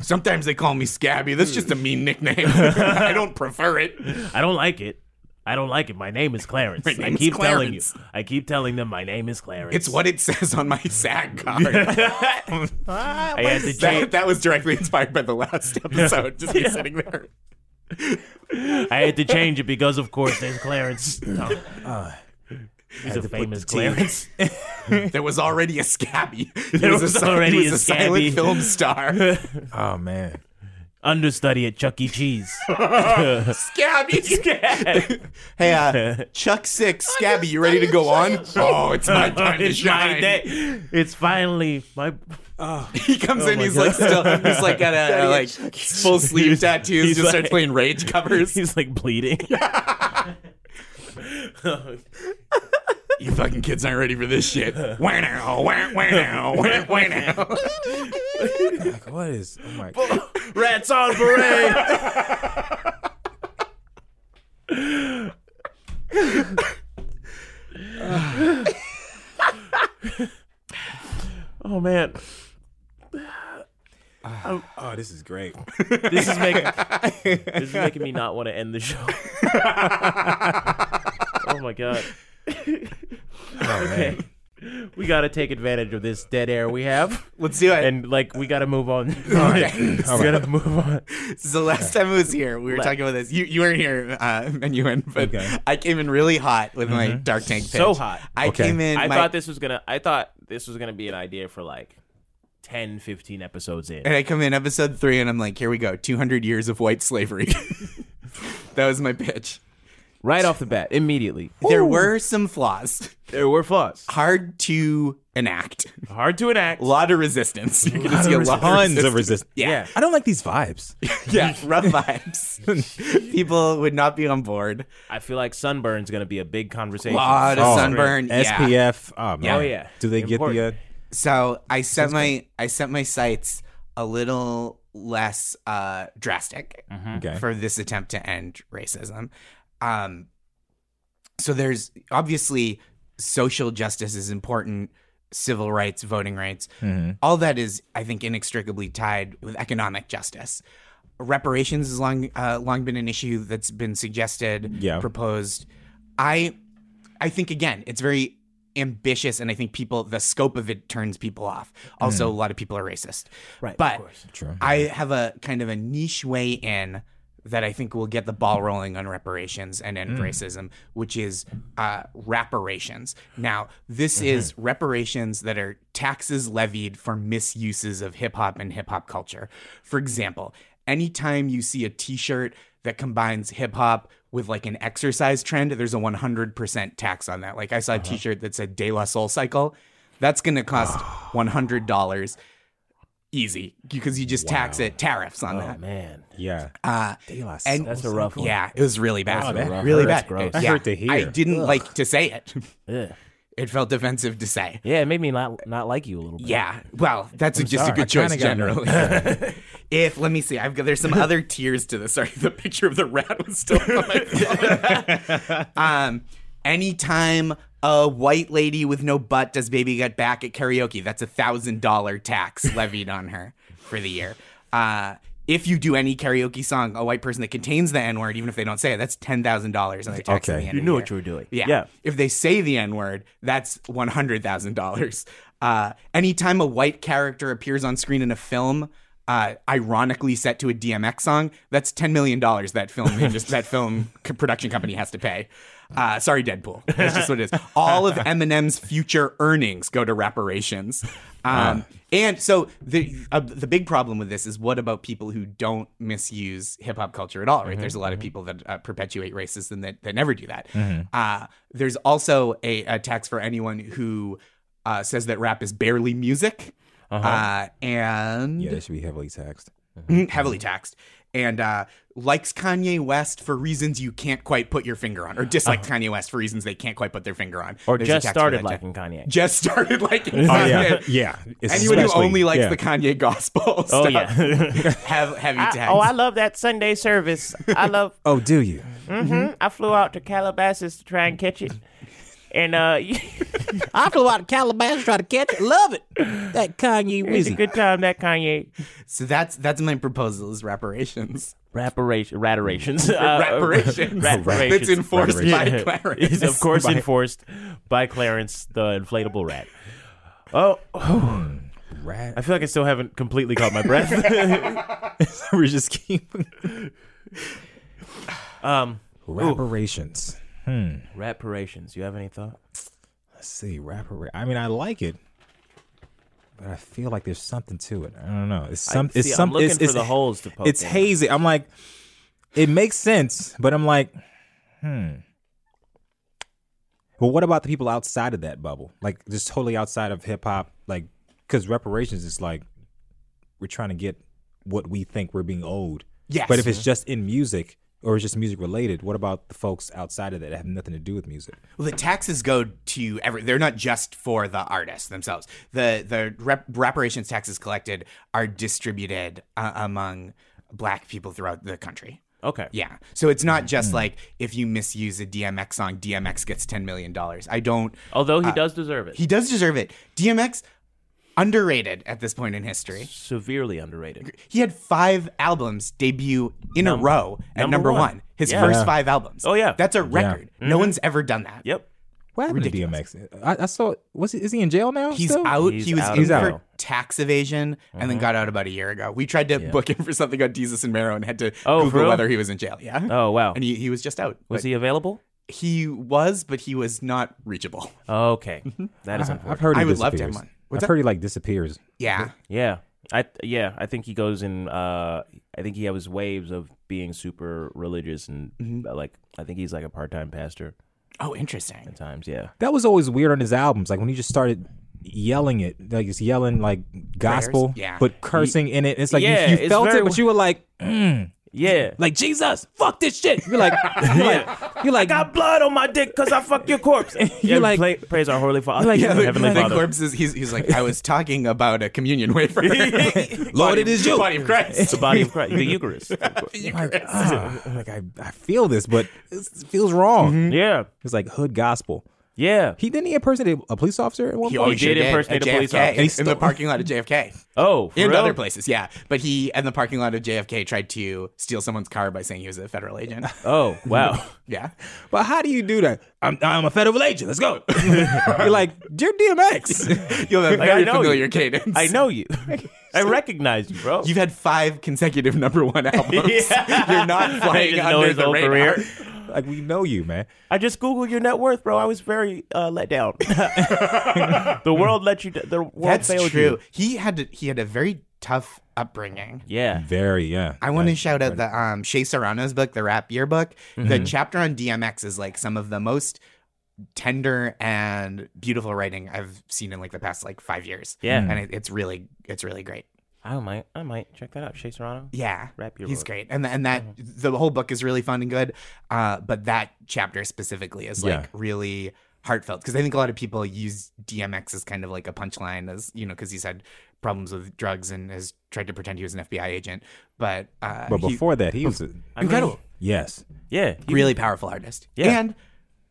[SPEAKER 5] Sometimes they call me Scabby. That's just a mean nickname. I don't prefer it.
[SPEAKER 3] I don't like it. I don't like it. My name is Clarence.
[SPEAKER 5] My name
[SPEAKER 3] I
[SPEAKER 5] is
[SPEAKER 3] keep telling you.
[SPEAKER 5] Clarence.
[SPEAKER 3] I keep telling them my name is Clarence.
[SPEAKER 5] It's what it says on my SAG card.
[SPEAKER 3] I had to change.
[SPEAKER 5] that, that was directly inspired by the last episode. Just me sitting there.
[SPEAKER 3] I had to change it because, of course, there's Clarence. No. He's a famous Clarence.
[SPEAKER 5] There was already a Scabby. He
[SPEAKER 3] There was
[SPEAKER 5] si-
[SPEAKER 3] already
[SPEAKER 5] he was
[SPEAKER 3] a
[SPEAKER 5] a silent
[SPEAKER 3] Scabby.
[SPEAKER 5] film star.
[SPEAKER 4] Oh man.
[SPEAKER 3] Understudy at Chuck E. Cheese.
[SPEAKER 5] Scabby. Hey, uh, Chuck Six, Scabby, you ready to go on? Oh, it's my time to
[SPEAKER 3] it's my
[SPEAKER 5] shine.
[SPEAKER 3] day. Oh It's finally my.
[SPEAKER 5] He comes in, he's like still, he's like got a like full sleeve tattoos.
[SPEAKER 3] he's
[SPEAKER 5] Just starts
[SPEAKER 3] like-
[SPEAKER 5] playing rage covers.
[SPEAKER 3] He's like bleeding.
[SPEAKER 4] you fucking kids aren't ready for this shit. Wah now, wah, wah now, wah, wah now. Like, what is? Oh my god.
[SPEAKER 3] Rats on parade. oh man,
[SPEAKER 4] Oh, this is great.
[SPEAKER 3] this is making this is making me not want to end the show. oh my god.
[SPEAKER 4] Oh,
[SPEAKER 3] okay. We gotta take advantage of this dead air we have,
[SPEAKER 5] Let's do it.
[SPEAKER 3] and like we gotta move on. we
[SPEAKER 5] right.
[SPEAKER 3] gotta move on.
[SPEAKER 5] This is the last time I was here. We were talking about this. You you weren't here, uh, Menuhin, but
[SPEAKER 4] Okay.
[SPEAKER 5] I came in really hot with my dark tank pitch.
[SPEAKER 3] Mm-hmm. So hot.
[SPEAKER 5] I
[SPEAKER 4] Okay.
[SPEAKER 5] came in.
[SPEAKER 3] I
[SPEAKER 5] my-
[SPEAKER 3] thought this was gonna. I thought this was gonna be an idea for like 10, 15 episodes in.
[SPEAKER 5] and I come in episode three, and I'm like, here we go, 200 years of white slavery. that was my pitch.
[SPEAKER 3] Right off the bat, immediately,
[SPEAKER 5] There were some flaws,
[SPEAKER 3] there were flaws.
[SPEAKER 5] hard to enact.
[SPEAKER 3] Hard to enact.
[SPEAKER 5] A lot of resistance. You're gonna see a lot
[SPEAKER 4] Tons of
[SPEAKER 5] resistance.
[SPEAKER 4] resistance.
[SPEAKER 5] Yeah.
[SPEAKER 4] I don't like these vibes.
[SPEAKER 5] yeah, rough vibes. People would not be on board.
[SPEAKER 3] I feel like sunburn's gonna be a big conversation.
[SPEAKER 5] Lot of
[SPEAKER 3] Oh,
[SPEAKER 5] sunburn. Yeah.
[SPEAKER 4] SPF. Oh, man.
[SPEAKER 3] Oh yeah.
[SPEAKER 4] Do they get
[SPEAKER 3] Important.
[SPEAKER 4] the? Uh,
[SPEAKER 5] So I set my I set my sights a little less uh, drastic
[SPEAKER 4] Okay.
[SPEAKER 5] for this attempt to end racism. Um, so there's obviously social justice is important, civil rights, voting rights,
[SPEAKER 4] Mm-hmm.
[SPEAKER 5] all that is I think inextricably tied with economic justice. Reparations has long uh, long been an issue that's been suggested,
[SPEAKER 4] Yeah.
[SPEAKER 5] proposed. I I think again, it's very ambitious, and I think people the scope of it turns people off. Also, a
[SPEAKER 4] Mm-hmm.
[SPEAKER 5] lot of people are racist, right? But
[SPEAKER 4] True.
[SPEAKER 5] I have a kind of a niche way in that I think will get the ball rolling on reparations and end racism, which is uh, reparations. Now, this is reparations that are taxes levied for misuses of hip hop and hip hop culture. For example, anytime you see a t shirt that combines hip hop with like an exercise trend, there's a 100% tax on that. Like I saw a t shirt that said De La Soul Cycle. That's going to cost $100 easy because you just tax it tariffs on that.
[SPEAKER 3] Oh, Man,
[SPEAKER 4] Yeah.
[SPEAKER 5] Uh, and
[SPEAKER 3] that's a rough one.
[SPEAKER 5] yeah, it was really bad,
[SPEAKER 4] That's rough.
[SPEAKER 5] really
[SPEAKER 3] That's
[SPEAKER 5] bad.
[SPEAKER 3] gross.
[SPEAKER 5] Yeah.
[SPEAKER 4] That hurt to hear.
[SPEAKER 5] I didn't like to say it.
[SPEAKER 3] Ugh.
[SPEAKER 5] It felt offensive to say.
[SPEAKER 3] Yeah, it made me not not like you a little bit.
[SPEAKER 5] Yeah, well, that's just
[SPEAKER 4] sorry.
[SPEAKER 5] a good
[SPEAKER 4] I kinda
[SPEAKER 5] choice
[SPEAKER 4] got
[SPEAKER 5] generally. if let me see, I've got there's some other tiers to this. Sorry, the picture of the rat was still on my phone. um, anytime a white lady with no butt does "Baby Got Back" at karaoke, that's a thousand dollar tax levied on her for the year. Uh, if you do any karaoke song, a white person that contains the N word, even if they don't say it, that's ten thousand dollars on the tax.
[SPEAKER 4] Okay.
[SPEAKER 5] at the end
[SPEAKER 3] you
[SPEAKER 5] of
[SPEAKER 3] knew
[SPEAKER 5] the
[SPEAKER 3] what
[SPEAKER 5] year.
[SPEAKER 3] you were doing.
[SPEAKER 5] Yeah.
[SPEAKER 3] yeah.
[SPEAKER 5] If they say the N word, that's one hundred thousand dollars. Uh, anytime a white character appears on screen in a film, uh, ironically set to a DMX song, that's ten million dollars that film just that film c- production company has to pay. Uh, sorry, Deadpool. That's just what it is. All of Eminem's future earnings go to reparations. Um, and so the uh, the big problem with this is what about people who don't misuse hip hop culture at all?
[SPEAKER 3] Mm-hmm,
[SPEAKER 5] right? there's a lot of people that uh, perpetuate racism that that never do that.
[SPEAKER 3] Mm-hmm.
[SPEAKER 5] Uh, there's also a, a tax for anyone who uh, says that rap is barely music, uh
[SPEAKER 3] Uh-huh.
[SPEAKER 5] and
[SPEAKER 4] Yeah, they should be heavily taxed.
[SPEAKER 5] Mm, heavily taxed. And uh, likes Kanye West for reasons you can't quite put your finger on, or dislikes Kanye West for reasons they can't quite put their finger on.
[SPEAKER 3] Uh-huh. Or
[SPEAKER 5] There's a
[SPEAKER 3] just
[SPEAKER 5] tax for
[SPEAKER 3] started
[SPEAKER 5] that too.
[SPEAKER 3] liking Kanye.
[SPEAKER 5] Just started liking Kanye.
[SPEAKER 4] Oh yeah. Yeah. It's
[SPEAKER 5] Anyone who
[SPEAKER 4] especially-
[SPEAKER 5] only likes
[SPEAKER 4] yeah.
[SPEAKER 5] the Kanye gospel
[SPEAKER 3] Oh
[SPEAKER 5] stuff
[SPEAKER 3] yeah.
[SPEAKER 5] have heavy tags.
[SPEAKER 3] I, oh, I love that Sunday service. I love.
[SPEAKER 4] Oh, do you?
[SPEAKER 3] hmm I flew out to Calabasas to try and catch it, and uh,
[SPEAKER 9] I flew out to Calabasas to try to catch it. Love it. That Kanye
[SPEAKER 3] it's a
[SPEAKER 9] Wizzy.
[SPEAKER 3] good time that Kanye.
[SPEAKER 5] so that's that's my proposal is reparations.
[SPEAKER 3] Rapparation, raterations, uh,
[SPEAKER 5] reparations.
[SPEAKER 3] raterations.
[SPEAKER 5] It's enforced
[SPEAKER 3] Yeah.
[SPEAKER 5] by Clarence.
[SPEAKER 3] It's of course enforced by Clarence, the inflatable rat. Oh, I
[SPEAKER 4] Rat.
[SPEAKER 3] feel like I still haven't completely caught my breath.
[SPEAKER 4] we just keep
[SPEAKER 3] um,
[SPEAKER 4] reparations.
[SPEAKER 3] reparations. You have any thought?
[SPEAKER 4] Let's see, rapper. I mean, I like it, but I feel like there's something to it. I don't know. It's some.
[SPEAKER 3] see,
[SPEAKER 4] it's
[SPEAKER 3] I'm
[SPEAKER 4] some.
[SPEAKER 3] looking
[SPEAKER 4] it's,
[SPEAKER 3] for
[SPEAKER 4] it's-
[SPEAKER 3] the holes to poke
[SPEAKER 4] It's
[SPEAKER 3] in.
[SPEAKER 4] hazy. I'm like, it makes sense, but I'm like, hmm. But what about the people outside of that bubble? Like, just totally outside of hip hop. Like, because reparations is like, we're trying to get what we think we're being owed.
[SPEAKER 5] Yes.
[SPEAKER 4] But if it's just in music, or is just music related? What about the folks outside of that that have nothing to do with music?
[SPEAKER 5] Well, the taxes go to every. They're not just for the artists themselves. The the rep, reparations taxes collected are distributed uh, among black people throughout the country.
[SPEAKER 3] Okay.
[SPEAKER 5] Yeah. So it's not just
[SPEAKER 4] Mm-hmm.
[SPEAKER 5] like if you misuse a DMX song, DMX gets ten million dollars. I don't.
[SPEAKER 3] Although Uh, he does deserve it.
[SPEAKER 5] He does deserve it. DMX underrated at this point in history.
[SPEAKER 3] Severely underrated.
[SPEAKER 5] He had five albums debut in a row at
[SPEAKER 3] number
[SPEAKER 5] number
[SPEAKER 3] one.
[SPEAKER 5] one. His
[SPEAKER 3] Yeah.
[SPEAKER 5] first
[SPEAKER 3] Yeah.
[SPEAKER 5] five albums.
[SPEAKER 3] Oh, yeah. Mm-hmm.
[SPEAKER 5] that's a record. No one's ever done that.
[SPEAKER 3] Yep.
[SPEAKER 4] What happened to DMX? I, I saw. Was he? Is he in jail now?
[SPEAKER 5] He's
[SPEAKER 4] still?
[SPEAKER 5] out.
[SPEAKER 3] He's
[SPEAKER 5] he was
[SPEAKER 3] out Mm-hmm.
[SPEAKER 5] in
[SPEAKER 4] of
[SPEAKER 5] for
[SPEAKER 4] jail.
[SPEAKER 5] tax evasion and then got out about a year ago. We tried to book him for something on Jesus and Marrow and had to
[SPEAKER 3] Oh, for
[SPEAKER 5] Google
[SPEAKER 3] real?
[SPEAKER 5] whether he was in jail. Yeah.
[SPEAKER 3] Oh wow.
[SPEAKER 5] And he, he was just out.
[SPEAKER 3] was
[SPEAKER 5] But
[SPEAKER 3] he available?
[SPEAKER 5] He was, but he was not reachable.
[SPEAKER 3] Okay, that is unfortunate.
[SPEAKER 4] I've heard. He
[SPEAKER 5] I would love to
[SPEAKER 4] disappears.
[SPEAKER 5] have one. What's
[SPEAKER 4] I've
[SPEAKER 5] that?
[SPEAKER 4] heard he like disappears.
[SPEAKER 5] Yeah.
[SPEAKER 3] Yeah, I yeah, I think he goes in. Uh, I think he has waves of being super religious and uh, like I think he's like a part time pastor
[SPEAKER 5] Oh, interesting.
[SPEAKER 3] at times. Yeah,
[SPEAKER 4] That was always weird on his albums. Like when he just started yelling it, like he's yelling like gospel,
[SPEAKER 5] Yeah.
[SPEAKER 4] but cursing in it. It's like you-
[SPEAKER 3] Yeah,
[SPEAKER 4] you,
[SPEAKER 3] it's
[SPEAKER 4] felt
[SPEAKER 3] very-
[SPEAKER 4] it, but you were like, mm,
[SPEAKER 3] yeah.
[SPEAKER 4] like Jesus, fuck this shit. You're like, you're like, you're like,
[SPEAKER 3] got blood on my dick because I fuck your corpse. you
[SPEAKER 4] like-
[SPEAKER 3] play, praise our holy father,
[SPEAKER 4] like-
[SPEAKER 3] yeah,
[SPEAKER 4] you're
[SPEAKER 3] heavenly
[SPEAKER 4] like-
[SPEAKER 5] The
[SPEAKER 3] father.
[SPEAKER 5] corpse is, he's, he's like, I was talking about a communion wafer.
[SPEAKER 4] Lord, it is you.
[SPEAKER 5] Body of Christ.
[SPEAKER 3] It's the body of Christ, the Eucharist. of course.
[SPEAKER 4] like, ah, like I, I feel this, but this feels wrong.
[SPEAKER 3] yeah,
[SPEAKER 4] It's like hood gospel.
[SPEAKER 3] yeah.
[SPEAKER 4] He didn't he impersonate a police officer at one
[SPEAKER 5] He,
[SPEAKER 4] point.
[SPEAKER 5] oh,
[SPEAKER 3] did impersonate
[SPEAKER 5] at
[SPEAKER 3] a police
[SPEAKER 5] JFK
[SPEAKER 3] officer.
[SPEAKER 5] in the parking lot of JFK
[SPEAKER 3] Oh, for
[SPEAKER 5] and
[SPEAKER 3] real?
[SPEAKER 5] other places. Yeah, but he in the parking lot of JFK tried to steal someone's car by saying he was a federal agent.
[SPEAKER 3] Oh, wow.
[SPEAKER 5] Yeah,
[SPEAKER 4] But how do you do that? I'm, I'm a federal agent. Let's go. You're like, dear DMX.
[SPEAKER 5] you have a
[SPEAKER 3] Like, I
[SPEAKER 5] very
[SPEAKER 3] know
[SPEAKER 5] familiar
[SPEAKER 3] you.
[SPEAKER 5] cadence.
[SPEAKER 3] I know you. I recognize you, bro.
[SPEAKER 5] You've had five consecutive number one albums.
[SPEAKER 3] Yeah.
[SPEAKER 5] You're not
[SPEAKER 3] I
[SPEAKER 5] flying
[SPEAKER 3] didn't know
[SPEAKER 5] under
[SPEAKER 3] his
[SPEAKER 5] the
[SPEAKER 3] whole
[SPEAKER 5] radar.
[SPEAKER 3] career.
[SPEAKER 4] like we know you, man.
[SPEAKER 3] I just googled your net worth, bro. I was very uh, let down. the world let you. d- The world
[SPEAKER 5] That's
[SPEAKER 3] failed
[SPEAKER 5] true.
[SPEAKER 3] you.
[SPEAKER 5] He had to, he had a very tough upbringing.
[SPEAKER 3] Yeah.
[SPEAKER 4] Very, yeah.
[SPEAKER 5] I want to shout out the um, Shea Serrano's book, The Rap Yearbook.
[SPEAKER 3] Mm-hmm.
[SPEAKER 5] The chapter on DMX is like some of the most tender and beautiful writing I've seen in like the past like five years.
[SPEAKER 3] Yeah.
[SPEAKER 5] and it, it's really it's really great.
[SPEAKER 3] I might. I might check that out. Shea Serrano.
[SPEAKER 5] Yeah,
[SPEAKER 3] Rap
[SPEAKER 5] he's
[SPEAKER 3] Yearbook. Uh-huh.
[SPEAKER 5] great, and and that the whole book is really fun and good. Uh, but that chapter specifically is like
[SPEAKER 4] Yeah.
[SPEAKER 5] really heartfelt because I think a lot of people use DMX as kind of like a punchline, as you know, because he's had problems with drugs and has tried to pretend he was an FBI agent. But uh,
[SPEAKER 4] But
[SPEAKER 5] he-
[SPEAKER 4] before that, he was a,
[SPEAKER 5] incredible.
[SPEAKER 4] yes.
[SPEAKER 3] Yeah. he-
[SPEAKER 5] really powerful artist.
[SPEAKER 3] Yeah.
[SPEAKER 5] And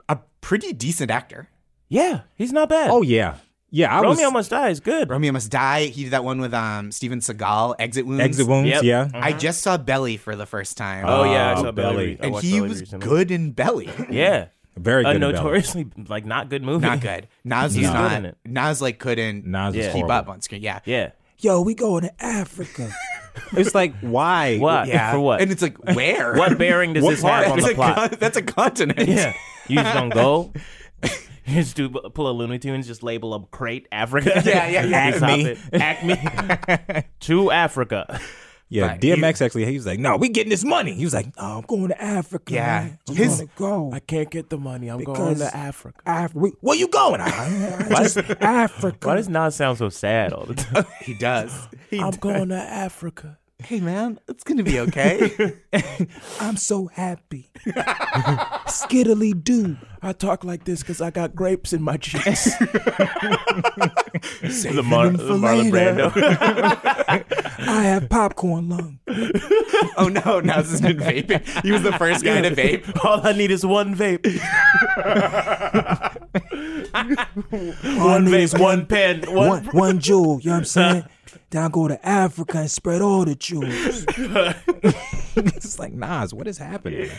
[SPEAKER 5] a pretty decent actor.
[SPEAKER 3] yeah. He's not bad.
[SPEAKER 4] Oh yeah, yeah. I was
[SPEAKER 3] Romeo Must Die is good.
[SPEAKER 5] Romeo Must Die. He did that one with um Steven Seagal, Exit Wounds.
[SPEAKER 4] exit wounds.
[SPEAKER 3] Yep.
[SPEAKER 4] Yeah,
[SPEAKER 5] I just saw Belly for the first time.
[SPEAKER 3] oh yeah, I
[SPEAKER 4] Uh,
[SPEAKER 3] saw Belly. Re-
[SPEAKER 4] Belly.
[SPEAKER 3] Uh-huh. I
[SPEAKER 5] and
[SPEAKER 3] watched
[SPEAKER 5] he
[SPEAKER 3] Belly
[SPEAKER 5] was
[SPEAKER 3] recently.
[SPEAKER 5] good in Belly.
[SPEAKER 3] Yeah.
[SPEAKER 4] very
[SPEAKER 3] A
[SPEAKER 4] good. about it.
[SPEAKER 3] notoriously like not good movie.
[SPEAKER 5] Not good. Nas was
[SPEAKER 3] He's good
[SPEAKER 5] not.
[SPEAKER 3] in it.
[SPEAKER 5] Nas like couldn't
[SPEAKER 4] Nas was
[SPEAKER 5] keep
[SPEAKER 4] horrible.
[SPEAKER 5] up on screen. Yeah.
[SPEAKER 3] Yeah.
[SPEAKER 4] Yo, we going to Africa. it's like why?
[SPEAKER 3] Why?
[SPEAKER 5] Yeah.
[SPEAKER 3] For what?
[SPEAKER 5] And it's like where?
[SPEAKER 3] what bearing does
[SPEAKER 4] What
[SPEAKER 3] this
[SPEAKER 4] part?
[SPEAKER 3] have on
[SPEAKER 5] It's
[SPEAKER 3] the
[SPEAKER 5] a
[SPEAKER 3] plot?
[SPEAKER 5] con- that's a continent.
[SPEAKER 3] yeah. You just don't go. You just do pull a Looney Tunes, just label a crate Africa.
[SPEAKER 5] Yeah, yeah, yeah.
[SPEAKER 3] Acme. Acme. to Africa.
[SPEAKER 4] Yeah,
[SPEAKER 5] Right.
[SPEAKER 4] DMX actually. He was like, no, we getting this money. He was like, oh, I'm going to Africa.
[SPEAKER 5] Yeah.
[SPEAKER 4] man. I'm
[SPEAKER 5] His-
[SPEAKER 4] gonna go.
[SPEAKER 3] I can't get the money. I'm
[SPEAKER 4] Because-
[SPEAKER 3] Africa.
[SPEAKER 4] Af- we- where you going? I, I- I just Africa.
[SPEAKER 3] Why does Nas sound so sad all the time?
[SPEAKER 5] He does. He,
[SPEAKER 3] I'm going to Africa.
[SPEAKER 5] hey man, it's gonna be okay.
[SPEAKER 4] I'm so happy. Skiddly doo.
[SPEAKER 3] I talk like this because I got grapes in my cheeks. the
[SPEAKER 4] them for
[SPEAKER 3] Marlon
[SPEAKER 4] later.
[SPEAKER 3] Brando.
[SPEAKER 4] I have popcorn lung.
[SPEAKER 5] oh no, Nas has been vaping. He was the first guy to vape.
[SPEAKER 3] all I need is one vape.
[SPEAKER 4] One
[SPEAKER 3] vape, one pen, one.
[SPEAKER 4] one, one jewel, you know what I'm saying? then I go to Africa and spread all the jewels. it's like, Nas, what is happening?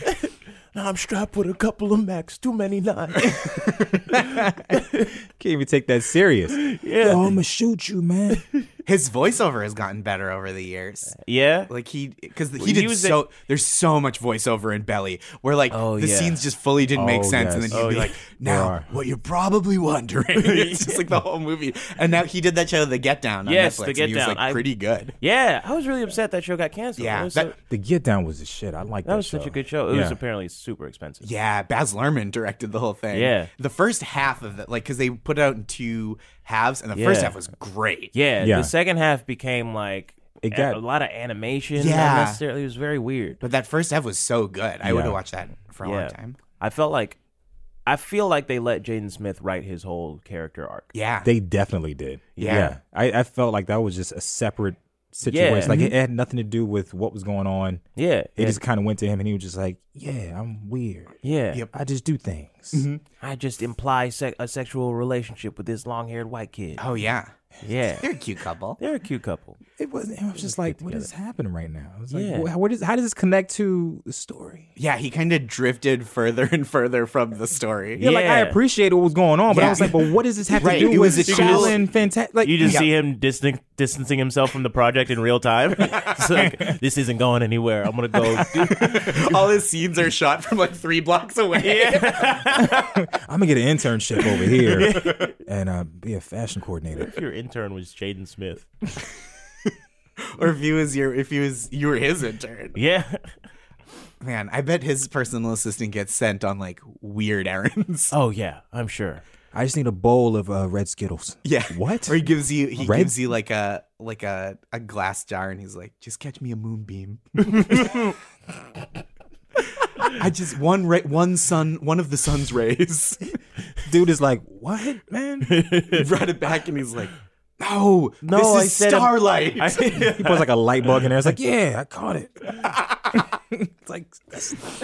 [SPEAKER 3] Now I'm strapped with a couple of Macs, too many lines.
[SPEAKER 4] Can't even take that serious. Yeah. I'm going to shoot you, man.
[SPEAKER 5] His voiceover has gotten better over the years.
[SPEAKER 3] yeah.
[SPEAKER 5] Like he, because he
[SPEAKER 3] he
[SPEAKER 5] did
[SPEAKER 3] was
[SPEAKER 5] so. there's so much voiceover in Belly where like
[SPEAKER 3] Oh,
[SPEAKER 5] the
[SPEAKER 3] yeah.
[SPEAKER 5] scenes just fully didn't make
[SPEAKER 4] Oh,
[SPEAKER 5] sense, and then
[SPEAKER 4] yes.
[SPEAKER 5] he'd
[SPEAKER 4] Oh,
[SPEAKER 5] be
[SPEAKER 4] yeah.
[SPEAKER 5] like,
[SPEAKER 4] There
[SPEAKER 5] "Now,
[SPEAKER 4] are.
[SPEAKER 5] what you're probably wondering." it's just like the whole movie. And now he did that show, The Get Down. On
[SPEAKER 3] Yes,
[SPEAKER 5] Netflix,
[SPEAKER 3] The Get
[SPEAKER 5] and he was,
[SPEAKER 3] Down.
[SPEAKER 5] like
[SPEAKER 3] I-
[SPEAKER 5] pretty good.
[SPEAKER 3] Yeah. I was really upset that show got canceled.
[SPEAKER 5] Yeah,
[SPEAKER 3] It was
[SPEAKER 5] that-
[SPEAKER 3] so-
[SPEAKER 4] The Get Down was the shit. I like that.
[SPEAKER 3] That was such a good show. It was
[SPEAKER 4] Yeah.
[SPEAKER 3] apparently super expensive.
[SPEAKER 5] Yeah, Baz Luhrmann directed the whole thing.
[SPEAKER 3] Yeah.
[SPEAKER 5] the first half of it, like, because they put it out in two halves, and the first
[SPEAKER 3] Yeah.
[SPEAKER 5] half was great.
[SPEAKER 3] Yeah,
[SPEAKER 4] Yeah.
[SPEAKER 3] The second half became like
[SPEAKER 4] It
[SPEAKER 3] a-
[SPEAKER 4] got
[SPEAKER 3] a lot of animation. not
[SPEAKER 5] Yeah.
[SPEAKER 3] necessarily. It was very weird.
[SPEAKER 5] But that first F was so good. I would
[SPEAKER 4] Yeah.
[SPEAKER 5] have watched that for a
[SPEAKER 3] Yeah.
[SPEAKER 5] long time.
[SPEAKER 3] I felt like, I feel like they let Jaden Smith write his whole character arc.
[SPEAKER 5] Yeah.
[SPEAKER 4] They definitely did.
[SPEAKER 5] Yeah.
[SPEAKER 4] I, I felt like that was just a separate situation.
[SPEAKER 3] Yeah.
[SPEAKER 4] Like it, it had nothing to do with what was going on.
[SPEAKER 3] Yeah,
[SPEAKER 4] It
[SPEAKER 3] yeah,
[SPEAKER 4] just kind of went to him, and he was just like, "Yeah, I'm weird.
[SPEAKER 3] yeah.
[SPEAKER 5] Yep.
[SPEAKER 4] I just do things."
[SPEAKER 3] I just imply se- a sexual relationship with this long-haired white kid.
[SPEAKER 5] oh yeah.
[SPEAKER 3] Yeah,
[SPEAKER 5] They're a cute couple.
[SPEAKER 3] they're a cute couple.
[SPEAKER 4] It wasn't. I was just like, "What is happening right now?" I was like,
[SPEAKER 3] Yeah.
[SPEAKER 4] "Wh- where does, how does this connect to the story?"
[SPEAKER 5] Yeah, he kind of drifted further and further from the story.
[SPEAKER 4] Yeah, like I
[SPEAKER 3] Yeah.
[SPEAKER 4] appreciated what was going on, but I
[SPEAKER 5] Yeah.
[SPEAKER 4] was like, "But what does this have
[SPEAKER 5] Right,
[SPEAKER 4] to do
[SPEAKER 5] it
[SPEAKER 4] with
[SPEAKER 5] was a cool-
[SPEAKER 4] Shaolin Fantastic?" Like,
[SPEAKER 3] You just
[SPEAKER 5] Yeah.
[SPEAKER 3] see him distan- distancing himself from the project in real time. it's like this isn't going anywhere. I'm gonna go. do-
[SPEAKER 5] All his scenes are shot from like three blocks away.
[SPEAKER 4] I'm gonna get an internship over here and uh, be a fashion coordinator.
[SPEAKER 3] Your intern was Jaden Smith.
[SPEAKER 5] or if he was your if he was you were his intern.
[SPEAKER 3] Yeah,
[SPEAKER 5] Man, I bet his personal assistant gets sent on like weird errands.
[SPEAKER 3] Oh yeah, I'm sure.
[SPEAKER 4] I just need a bowl of uh, red Skittles.
[SPEAKER 5] Yeah.
[SPEAKER 4] What?
[SPEAKER 5] Or he gives you he
[SPEAKER 4] Red-
[SPEAKER 5] gives you like a like a, a glass jar and he's like, just catch me a moonbeam. I just one ra- one sun one of the sun's rays
[SPEAKER 4] Dude is like, "What, man?"
[SPEAKER 5] brought it back and he's like, No,
[SPEAKER 3] No,
[SPEAKER 5] this
[SPEAKER 3] I
[SPEAKER 5] is
[SPEAKER 3] said a-
[SPEAKER 5] starlight.
[SPEAKER 4] He puts like a light bug in there. It's like, yeah, I caught it. it's like, that's-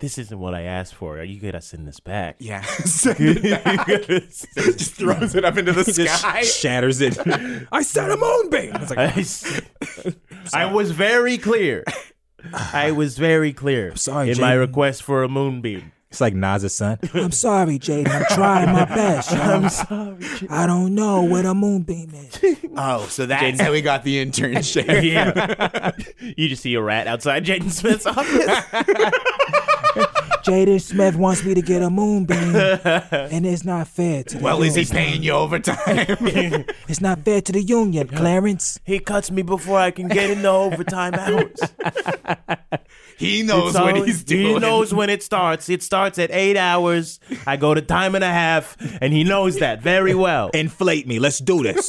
[SPEAKER 3] this isn't what I asked for. You gotta send this back.
[SPEAKER 5] yeah. Send it back. just throws it up into the
[SPEAKER 4] he just
[SPEAKER 5] sky.
[SPEAKER 4] shatters it. I said a moonbeam. It's like,
[SPEAKER 3] I s- I was very clear. I was very clear
[SPEAKER 4] sorry,
[SPEAKER 3] in my
[SPEAKER 4] Jaden.
[SPEAKER 3] request for a moonbeam.
[SPEAKER 4] it's like Nas's son. I'm sorry, Jaden. I'm trying my best. I'm sorry. I don't know what a moonbeam is.
[SPEAKER 5] Oh, so that's how we got the internship.
[SPEAKER 3] Yeah. you just see a rat outside Jaden Smith's office.
[SPEAKER 4] Jaden Smith wants me to get a moonbeam, and it's not fair to the
[SPEAKER 5] well, is he
[SPEAKER 4] union.
[SPEAKER 5] paying you overtime?
[SPEAKER 4] It's not fair to the union, Clarence.
[SPEAKER 3] he cuts me before I can get in the overtime hours.
[SPEAKER 5] he knows
[SPEAKER 3] It's
[SPEAKER 5] what
[SPEAKER 3] always-
[SPEAKER 5] he's doing.
[SPEAKER 3] He knows when it starts. It starts at eight hours. I go to time and a half, and he knows that very well.
[SPEAKER 4] Inflate me. Let's do this.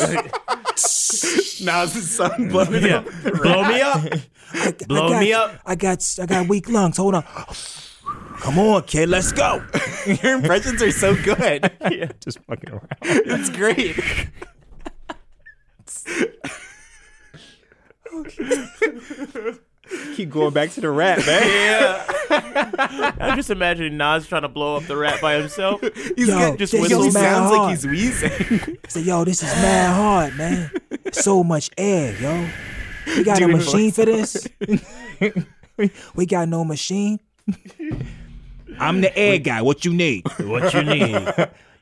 [SPEAKER 5] Now's the sun blowing
[SPEAKER 3] Yeah.
[SPEAKER 5] up.
[SPEAKER 3] Blow me up. Blow Oh, me up.
[SPEAKER 4] I got I got weak lungs. Hold on. Come on, kid. Let's go.
[SPEAKER 5] Your impressions are so good.
[SPEAKER 4] yeah, just fucking around.
[SPEAKER 5] It's great.
[SPEAKER 4] Keep going back to the rat, man.
[SPEAKER 3] I'm just imagining Nas trying to blow up the rat by himself.
[SPEAKER 5] He's
[SPEAKER 4] Yo,
[SPEAKER 5] good.
[SPEAKER 4] Just
[SPEAKER 5] he
[SPEAKER 3] whistle.
[SPEAKER 5] sounds
[SPEAKER 4] hard.
[SPEAKER 5] like he's wheezing.
[SPEAKER 4] Say, yo, this is mad hard, man. So much air, yo. We got
[SPEAKER 5] Doing
[SPEAKER 4] a machine for this. we got no machine. I'm the air guy. What you need?
[SPEAKER 3] What you need?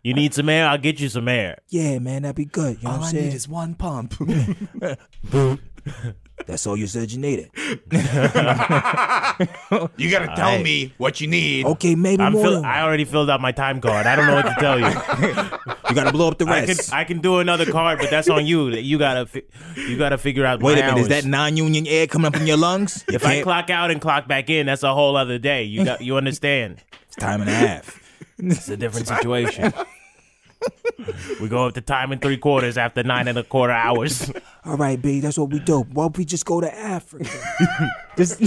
[SPEAKER 3] You need some air? I'll get you some air.
[SPEAKER 4] Yeah, man, that'd be good. You know
[SPEAKER 5] All
[SPEAKER 4] what
[SPEAKER 5] I
[SPEAKER 4] I'm saying?
[SPEAKER 5] need is one pump.
[SPEAKER 4] That's all you said you needed.
[SPEAKER 5] you gotta tell
[SPEAKER 3] right.
[SPEAKER 5] me what you need.
[SPEAKER 4] Okay, maybe
[SPEAKER 3] I'm
[SPEAKER 4] more.
[SPEAKER 3] fill-
[SPEAKER 4] than one.
[SPEAKER 3] I already filled out my time card. I don't know what to tell you.
[SPEAKER 4] you gotta blow up the
[SPEAKER 3] I can I can do another card, but that's on you. You gotta fi- you gotta figure out.
[SPEAKER 4] Wait
[SPEAKER 3] my
[SPEAKER 4] a minute, is that
[SPEAKER 3] hours.
[SPEAKER 4] non-union air coming up in your lungs? You
[SPEAKER 3] if I
[SPEAKER 4] can't-
[SPEAKER 3] clock out and clock back in, that's a whole other day. You got you understand?
[SPEAKER 4] it's time and a half.
[SPEAKER 3] It's a different situation. we go up to time and three quarters after nine and a quarter hours.
[SPEAKER 9] All right, B, that's what we do. Why don't we just go to Africa?
[SPEAKER 4] Just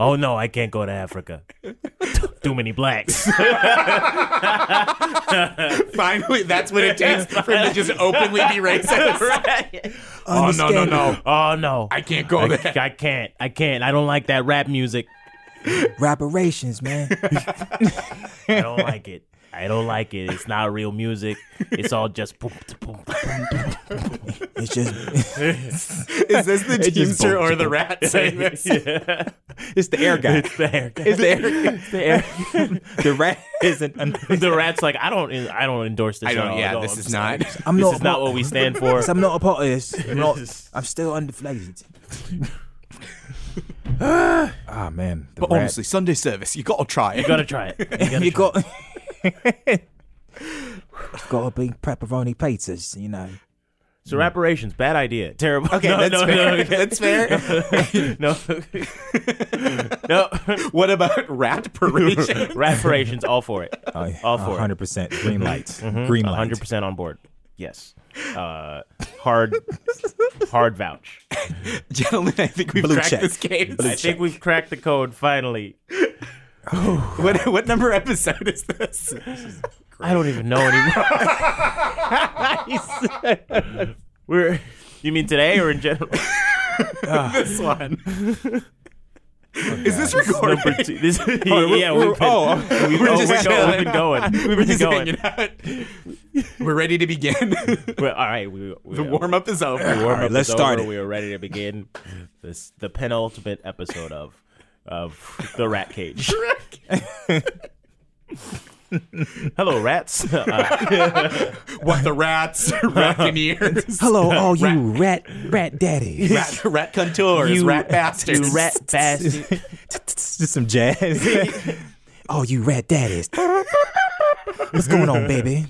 [SPEAKER 3] Oh no, I can't go to Africa. Too many blacks.
[SPEAKER 5] Finally, that's what it takes for him to just openly be racist. Oh no, no, no!
[SPEAKER 3] Oh no.
[SPEAKER 5] I can't go there.
[SPEAKER 3] I can't. I can't. I don't like that rap music.
[SPEAKER 9] Reparations, man.
[SPEAKER 3] I don't like it. I don't like it. It's not real music. It's all just boom, t- boom, t- boom, t-
[SPEAKER 9] It's just
[SPEAKER 5] Is this the teamster or the rat saying
[SPEAKER 3] boom.
[SPEAKER 5] this?
[SPEAKER 3] Yeah.
[SPEAKER 4] it's the air guy.
[SPEAKER 3] It's there.
[SPEAKER 4] It's the air. It's the air. the rat isn't.
[SPEAKER 3] The rat's like, I don't, I don't endorse this.
[SPEAKER 5] I
[SPEAKER 3] at
[SPEAKER 5] don't.
[SPEAKER 3] all.
[SPEAKER 5] Yeah,
[SPEAKER 3] No,
[SPEAKER 5] this
[SPEAKER 3] I'm
[SPEAKER 5] is
[SPEAKER 3] sorry.
[SPEAKER 5] not.
[SPEAKER 9] I'm
[SPEAKER 3] This
[SPEAKER 9] not
[SPEAKER 3] is not what we stand for.
[SPEAKER 9] I'm not a part of this.
[SPEAKER 4] I'm, not, I'm still undeflated. Ah man, the
[SPEAKER 5] But
[SPEAKER 4] rat.
[SPEAKER 5] honestly, Sunday service, you gotta try it.
[SPEAKER 3] You gotta try it. You gotta
[SPEAKER 4] you
[SPEAKER 3] try it.
[SPEAKER 4] got. Got to be pepperoni pizzas, you know.
[SPEAKER 3] so reparations, bad idea, terrible.
[SPEAKER 5] Okay,
[SPEAKER 3] no, no,
[SPEAKER 5] that's fair.
[SPEAKER 3] no,
[SPEAKER 5] that's fair.
[SPEAKER 3] no,
[SPEAKER 5] What about rat parade?
[SPEAKER 3] no. reparations, all for it,
[SPEAKER 5] Oh,
[SPEAKER 3] all for it.
[SPEAKER 4] hundred percent green light, green light.
[SPEAKER 3] hundred percent on board. Yes. Uh, hard, hard vouch.
[SPEAKER 5] Gentlemen, I think we've
[SPEAKER 4] Blue
[SPEAKER 5] cracked
[SPEAKER 4] check.
[SPEAKER 5] this case.
[SPEAKER 4] Blue
[SPEAKER 3] I think we've cracked the code finally.
[SPEAKER 5] What, what number episode is this?
[SPEAKER 3] I don't even know anymore. We're. You mean today or in general?
[SPEAKER 5] this one. is this recorded?
[SPEAKER 3] Number two. This, yeah,
[SPEAKER 5] we're-
[SPEAKER 3] we've been,
[SPEAKER 5] oh,
[SPEAKER 3] we've,
[SPEAKER 5] we're
[SPEAKER 3] oh,
[SPEAKER 5] just
[SPEAKER 3] we've
[SPEAKER 5] chilling.
[SPEAKER 3] go- we've been going. We've
[SPEAKER 5] We're
[SPEAKER 3] been
[SPEAKER 5] just
[SPEAKER 3] going.
[SPEAKER 5] hanging out. We're ready to begin.
[SPEAKER 3] We're, all right, we, we,
[SPEAKER 5] oh. the warm up is over.
[SPEAKER 3] warm
[SPEAKER 4] All right, let's start it.
[SPEAKER 3] We are ready to begin this the penultimate episode of of the Rat Cage. Hello, rats. Uh,
[SPEAKER 5] What the rats, raccooneers,
[SPEAKER 9] Hello, all you rat rat daddies.
[SPEAKER 5] rat, rat contours,
[SPEAKER 3] You-
[SPEAKER 5] rat bastards,
[SPEAKER 3] you rat bastard.
[SPEAKER 4] Just some jazz.
[SPEAKER 9] All Oh, you rat daddies. What's going on, baby?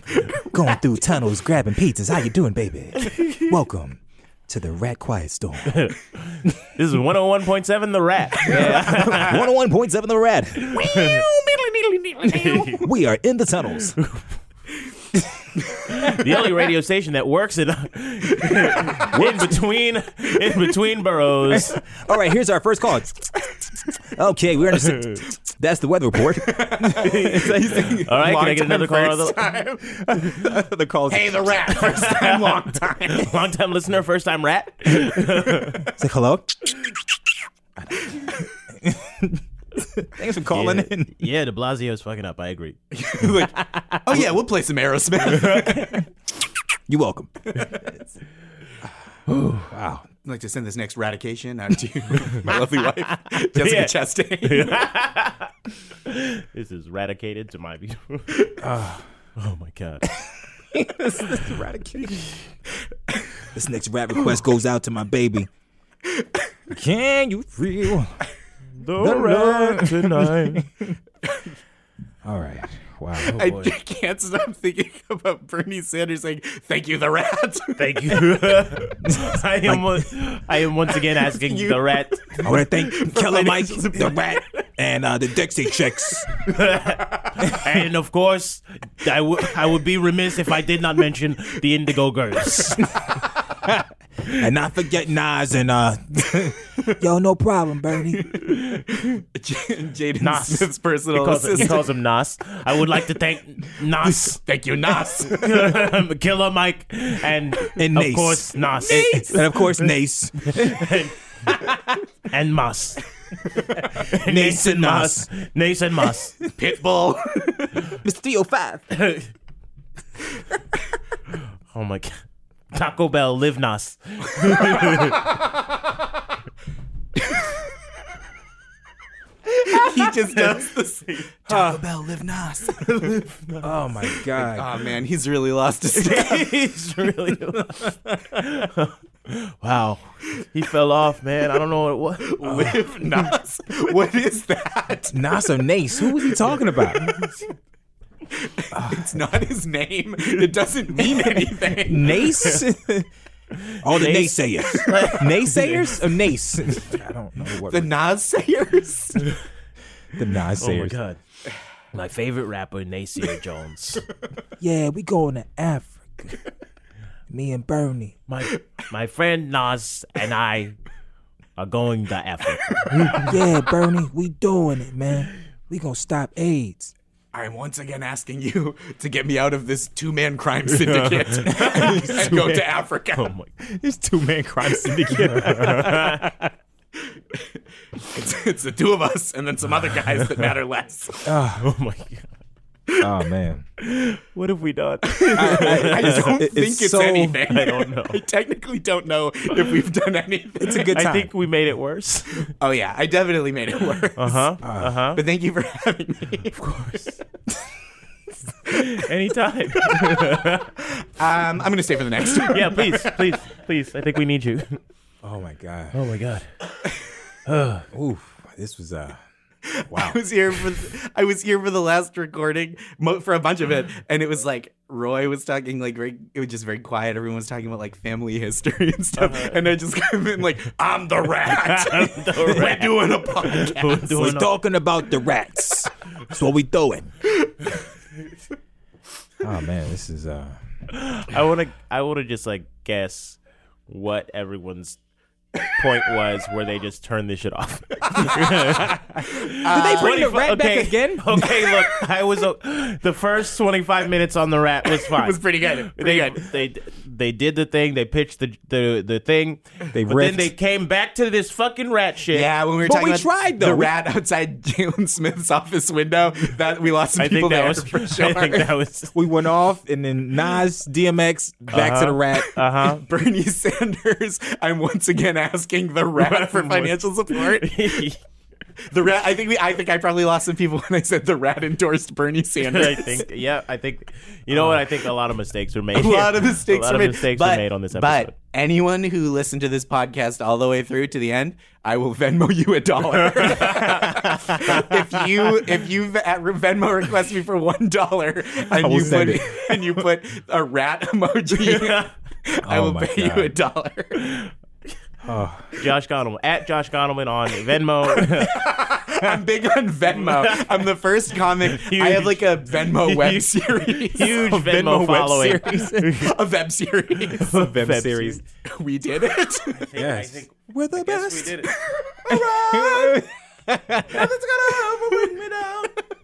[SPEAKER 9] Going through tunnels, grabbing pizzas. How you doing, baby? Welcome to the Rat Quiet Storm.
[SPEAKER 3] This is 101.7 The Rat. Yeah.
[SPEAKER 4] 101.7 The Rat. we are in the tunnels.
[SPEAKER 3] the only radio station that works in, in between in between boroughs.
[SPEAKER 4] All right, here's our first call. Okay, we're in the. That's the weather report.
[SPEAKER 3] All right, can I get
[SPEAKER 5] Long-time
[SPEAKER 3] another call? out of
[SPEAKER 5] first
[SPEAKER 3] the-
[SPEAKER 4] the calls.
[SPEAKER 5] Hey, the rat, first time, long time.
[SPEAKER 3] Long time listener, first time rat.
[SPEAKER 4] It's like, hello? Thanks for calling
[SPEAKER 3] yeah.
[SPEAKER 4] in.
[SPEAKER 3] yeah, De Blasio's fucking up. I agree.
[SPEAKER 5] Oh yeah, we'll play some Aerosmith.
[SPEAKER 4] You're welcome.
[SPEAKER 5] I'd like to send this next ratification out to my lovely wife, Jessica
[SPEAKER 3] Yeah.
[SPEAKER 5] Chastain.
[SPEAKER 3] This is radicated to my view.
[SPEAKER 4] Ah.
[SPEAKER 3] oh my god.
[SPEAKER 4] This next rap request goes out to my baby. Can you feel?
[SPEAKER 3] The, rat tonight.
[SPEAKER 4] All right. Wow.
[SPEAKER 3] Oh,
[SPEAKER 5] I can't stop thinking about Bernie Sanders saying, "Thank you, the rat."
[SPEAKER 3] Thank you. I am on- I am once again asking the rat.
[SPEAKER 4] I want to thank Killer Mike, the rat, and uh, the Dexy chicks.
[SPEAKER 3] And of course, I would I would be remiss if I did not mention the Indigo Girls.
[SPEAKER 4] And not forget Nas and uh,
[SPEAKER 9] Yo, no problem, Bernie.
[SPEAKER 5] Jaden
[SPEAKER 3] Nas.
[SPEAKER 5] Smith's personal
[SPEAKER 3] He calls, him, he
[SPEAKER 5] assistant.
[SPEAKER 3] calls him Nas. I would like to thank Nas,
[SPEAKER 5] Thank you, Nas.
[SPEAKER 3] Killer Mike, and,
[SPEAKER 4] And
[SPEAKER 3] of
[SPEAKER 4] Nace.
[SPEAKER 3] course Nas
[SPEAKER 4] and of course Nace.
[SPEAKER 3] and Mas.
[SPEAKER 4] Nace and Nas.
[SPEAKER 3] Mas. Nace and Mas.
[SPEAKER 5] Pitbull.
[SPEAKER 9] Mr. 305.
[SPEAKER 3] Oh my god. Taco Bell, Live Nas.
[SPEAKER 5] he just does this. Taco Bell, live Nas.
[SPEAKER 4] Oh my God.
[SPEAKER 5] oh man, he's really lost his step.
[SPEAKER 3] He's really Wow. He fell off, man. I don't know what it was.
[SPEAKER 5] live Nas. What is that?
[SPEAKER 4] Nas or Nace? Who was he talking about?
[SPEAKER 5] It's not his name. It doesn't mean anything.
[SPEAKER 4] Nace? All the
[SPEAKER 3] Nace.
[SPEAKER 4] naysayers. naysayers or Nace? I don't know what
[SPEAKER 5] The Nas sayers.
[SPEAKER 4] the
[SPEAKER 3] Oh my
[SPEAKER 4] naysayers.
[SPEAKER 3] god. My favorite rapper, Nacier Jones.
[SPEAKER 9] Yeah, we going to Africa. Me and Bernie.
[SPEAKER 3] My my friend Nas and I are going to Africa.
[SPEAKER 9] Yeah, Bernie, we doing it, man. We gonna stop AIDS.
[SPEAKER 5] I'm once again asking you to get me out of this two-man crime syndicate and go to Africa.
[SPEAKER 3] Oh my
[SPEAKER 4] It's two man crime syndicate.
[SPEAKER 5] It's, it's the two of us and then some other guys that matter less.
[SPEAKER 3] oh my god.
[SPEAKER 4] oh man.
[SPEAKER 3] What have we done?
[SPEAKER 5] I don't
[SPEAKER 4] It- it's
[SPEAKER 5] think it's
[SPEAKER 4] so-
[SPEAKER 5] anything.
[SPEAKER 3] I don't know.
[SPEAKER 5] I technically don't know if we've done anything. It's a
[SPEAKER 4] good
[SPEAKER 3] I
[SPEAKER 4] time.
[SPEAKER 3] think we made it worse.
[SPEAKER 5] Oh yeah, I definitely made it worse.
[SPEAKER 3] Uh-huh. Uh-huh.
[SPEAKER 5] But thank you for having me.
[SPEAKER 3] Anytime.
[SPEAKER 5] Um, I'm gonna stay for the next one.
[SPEAKER 3] yeah, please, please, please. I think we need you.
[SPEAKER 4] Oh my god.
[SPEAKER 3] Oh my god.
[SPEAKER 4] Oof. This was uh
[SPEAKER 5] I was here for th- I was here for the last recording mo- for a bunch of
[SPEAKER 3] Mm-hmm.
[SPEAKER 5] it, and it was like Roy was talking like very it was just very quiet. Everyone was talking about like family history and stuff,
[SPEAKER 3] Uh-huh.
[SPEAKER 5] and I just came in like I'm the rat. We're doing a podcast.
[SPEAKER 3] We're doing
[SPEAKER 4] We're
[SPEAKER 3] a-
[SPEAKER 4] talking about the rats. That's what we doing. oh man, this is uh
[SPEAKER 3] I want to. I want to just like guess what everyone's point was where they just turned this shit off.
[SPEAKER 4] Did they bring the
[SPEAKER 3] 25
[SPEAKER 4] rat
[SPEAKER 3] okay,
[SPEAKER 4] back again?
[SPEAKER 3] Okay, look, I was uh, the first 25 minutes on the rat was fine.
[SPEAKER 5] was pretty good.
[SPEAKER 3] they, they they did the thing. They pitched the the, the thing.
[SPEAKER 4] They
[SPEAKER 3] but then
[SPEAKER 4] riffed.
[SPEAKER 3] they came back to this fucking rat shit.
[SPEAKER 5] Yeah, when we were
[SPEAKER 4] But
[SPEAKER 5] talking
[SPEAKER 4] we
[SPEAKER 5] about
[SPEAKER 4] tried, though.
[SPEAKER 5] the
[SPEAKER 4] We-
[SPEAKER 5] rat outside Jalen Smith's office window, that we lost some
[SPEAKER 3] I
[SPEAKER 5] people
[SPEAKER 3] think that
[SPEAKER 5] there
[SPEAKER 3] was
[SPEAKER 5] for sure.
[SPEAKER 3] I think that was
[SPEAKER 4] We went off, and then Nas, DMX, back to the rat.
[SPEAKER 3] uh huh.
[SPEAKER 5] Bernie Sanders, I'm once again asking the rat for financial support. The rat, I think we, I think I probably lost some people when I said the rat endorsed Bernie Sanders.
[SPEAKER 3] I think yeah, I think you know what I think a lot of mistakes were made.
[SPEAKER 5] a lot of
[SPEAKER 3] here.
[SPEAKER 5] mistakes,
[SPEAKER 3] a lot
[SPEAKER 5] were
[SPEAKER 3] of
[SPEAKER 5] made.
[SPEAKER 3] mistakes
[SPEAKER 5] but,
[SPEAKER 3] were made on this
[SPEAKER 5] But
[SPEAKER 3] episode.
[SPEAKER 5] anyone who listened to this podcast all the way through to the end, I will Venmo you a dollar. if you if you v- at Venmo request me for one dollar and you put
[SPEAKER 4] send it.
[SPEAKER 5] and you put a rat emoji, I
[SPEAKER 4] Oh
[SPEAKER 5] will
[SPEAKER 4] my
[SPEAKER 5] pay
[SPEAKER 4] God.
[SPEAKER 5] you a dollar.
[SPEAKER 3] Josh Gondelman at Josh Gondelman on Venmo.
[SPEAKER 5] I'm big on Venmo. I'm the first comic. I have like a Venmo web
[SPEAKER 3] Huge-
[SPEAKER 5] series.
[SPEAKER 3] huge
[SPEAKER 5] A
[SPEAKER 3] Venmo
[SPEAKER 5] web
[SPEAKER 3] following.
[SPEAKER 5] series. a Oh, web series.
[SPEAKER 3] Web
[SPEAKER 4] Web
[SPEAKER 3] series.
[SPEAKER 4] series.
[SPEAKER 5] We did it.
[SPEAKER 4] Yes.
[SPEAKER 3] think-
[SPEAKER 4] We're the
[SPEAKER 3] Yes,
[SPEAKER 4] best.
[SPEAKER 3] we did it.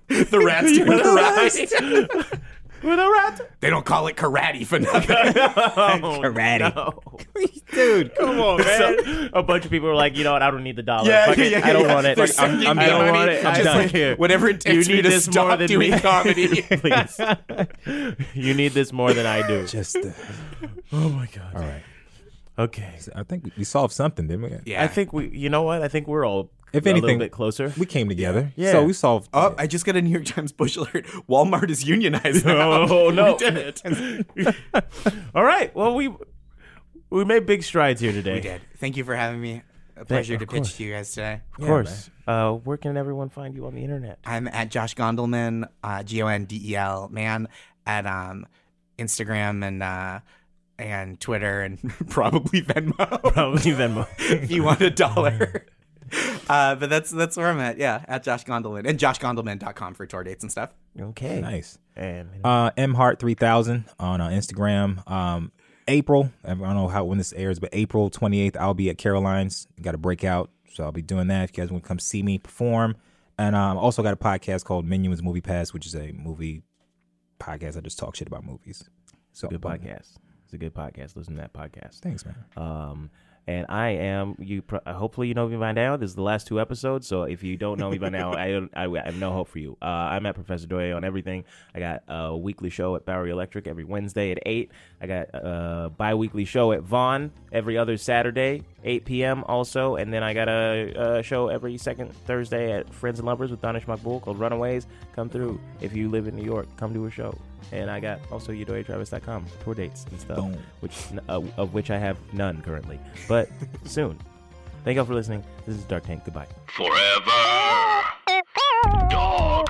[SPEAKER 5] The rat's doing
[SPEAKER 4] the
[SPEAKER 5] karate.
[SPEAKER 3] With a rat. Oh,
[SPEAKER 5] They don't call it karate for nothing.
[SPEAKER 9] Karate.
[SPEAKER 3] Dude, come on, man. a bunch of people were like, you know what? I don't need the dollar. Fuck it. I don't want it.
[SPEAKER 5] They're
[SPEAKER 3] Fuck, I'm,
[SPEAKER 5] sending
[SPEAKER 3] I'm,
[SPEAKER 5] me
[SPEAKER 3] I don't
[SPEAKER 5] money,
[SPEAKER 3] want it. I'm
[SPEAKER 5] just
[SPEAKER 3] done.
[SPEAKER 5] like,
[SPEAKER 3] Here.
[SPEAKER 5] Whatever it takes
[SPEAKER 3] you
[SPEAKER 5] me
[SPEAKER 3] need
[SPEAKER 5] to
[SPEAKER 3] this
[SPEAKER 5] stop
[SPEAKER 3] more than
[SPEAKER 5] doing
[SPEAKER 3] me.
[SPEAKER 5] comedy.
[SPEAKER 3] Please. you need this more than I do.
[SPEAKER 9] Just the,
[SPEAKER 4] uh,
[SPEAKER 5] Oh
[SPEAKER 4] All right.
[SPEAKER 3] Okay.
[SPEAKER 4] I think we- we solved something, didn't we?
[SPEAKER 5] yeah.
[SPEAKER 3] I think we, you know what? I think we're all
[SPEAKER 4] If
[SPEAKER 3] a little
[SPEAKER 4] anything-
[SPEAKER 3] bit closer.
[SPEAKER 4] We came together.
[SPEAKER 3] Yeah.
[SPEAKER 4] So we solved.
[SPEAKER 5] Oh, I just got a New York Times push alert. Walmart is unionized. now.
[SPEAKER 3] Oh, no.
[SPEAKER 5] We did it.
[SPEAKER 3] all right. Well, we we made big strides here today.
[SPEAKER 5] We did. Thank you for having me. A pleasure to pitch to you guys today.
[SPEAKER 3] Of course. uh, where can everyone find you on the internet?
[SPEAKER 5] I'm at Josh Gondelman, uh, G O N D E L man, at um, Instagram and uh, and Twitter and probably Venmo
[SPEAKER 3] Probably Venmo.
[SPEAKER 5] if you want a dollar. Uh, but that's that's where I'm at. Yeah, at Josh Gondelman and joshgondelman.com for tour dates and stuff.
[SPEAKER 3] Okay.
[SPEAKER 4] Nice.
[SPEAKER 3] And
[SPEAKER 4] Uh, mhart3000 on uh, Instagram. Um, April, I don't know how when this airs, but April 28th, I'll be at Caroline's. Got a breakout, so I'll be doing that. If you guys want to come see me perform, and um, also got a podcast called Minions Movie Pass, which is a movie podcast. I just talk shit about movies. So
[SPEAKER 3] good podcast. It's a good podcast. Listen to that podcast.
[SPEAKER 4] Thanks, man.
[SPEAKER 3] Um, and I am you. Pro- hopefully, you know me by now. This is the last two episodes, so if you don't know me by now, I don't. I, I have no hope for you. Uh, I'm at Professor Doye on everything. I got a weekly show at Bowery Electric every Wednesday at eight. I got a bi-weekly show at Vaughn every other Saturday, eight p.m. Also, and then I got a, a show every second Thursday at Friends and Lovers with Donish Makbul called Runaways. Come through if you live in New York. Come to a show. And I got also yudoetravis.com tour dates and stuff
[SPEAKER 4] Boom.
[SPEAKER 3] which uh, of which I have none currently, but soon. Thank y'all for listening. This is Dark Tank. Goodbye.
[SPEAKER 1] Forever. Dog.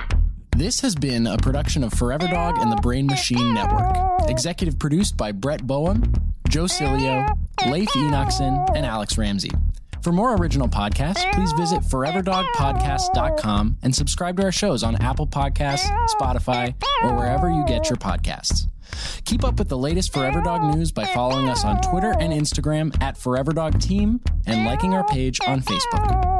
[SPEAKER 10] This has been a production of Forever Dog and the Brain Machine Network. Executive produced by Brett Boehm, Joe Cilio, Leif Enochson, and Alex Ramsey. For more original podcasts, please visit foreverdogpodcast.com and subscribe to our shows on Apple Podcasts, Spotify, or wherever you get your podcasts. Keep up with the latest Forever Dog news by following us on Twitter and Instagram at Forever Dog Team and liking our page on Facebook.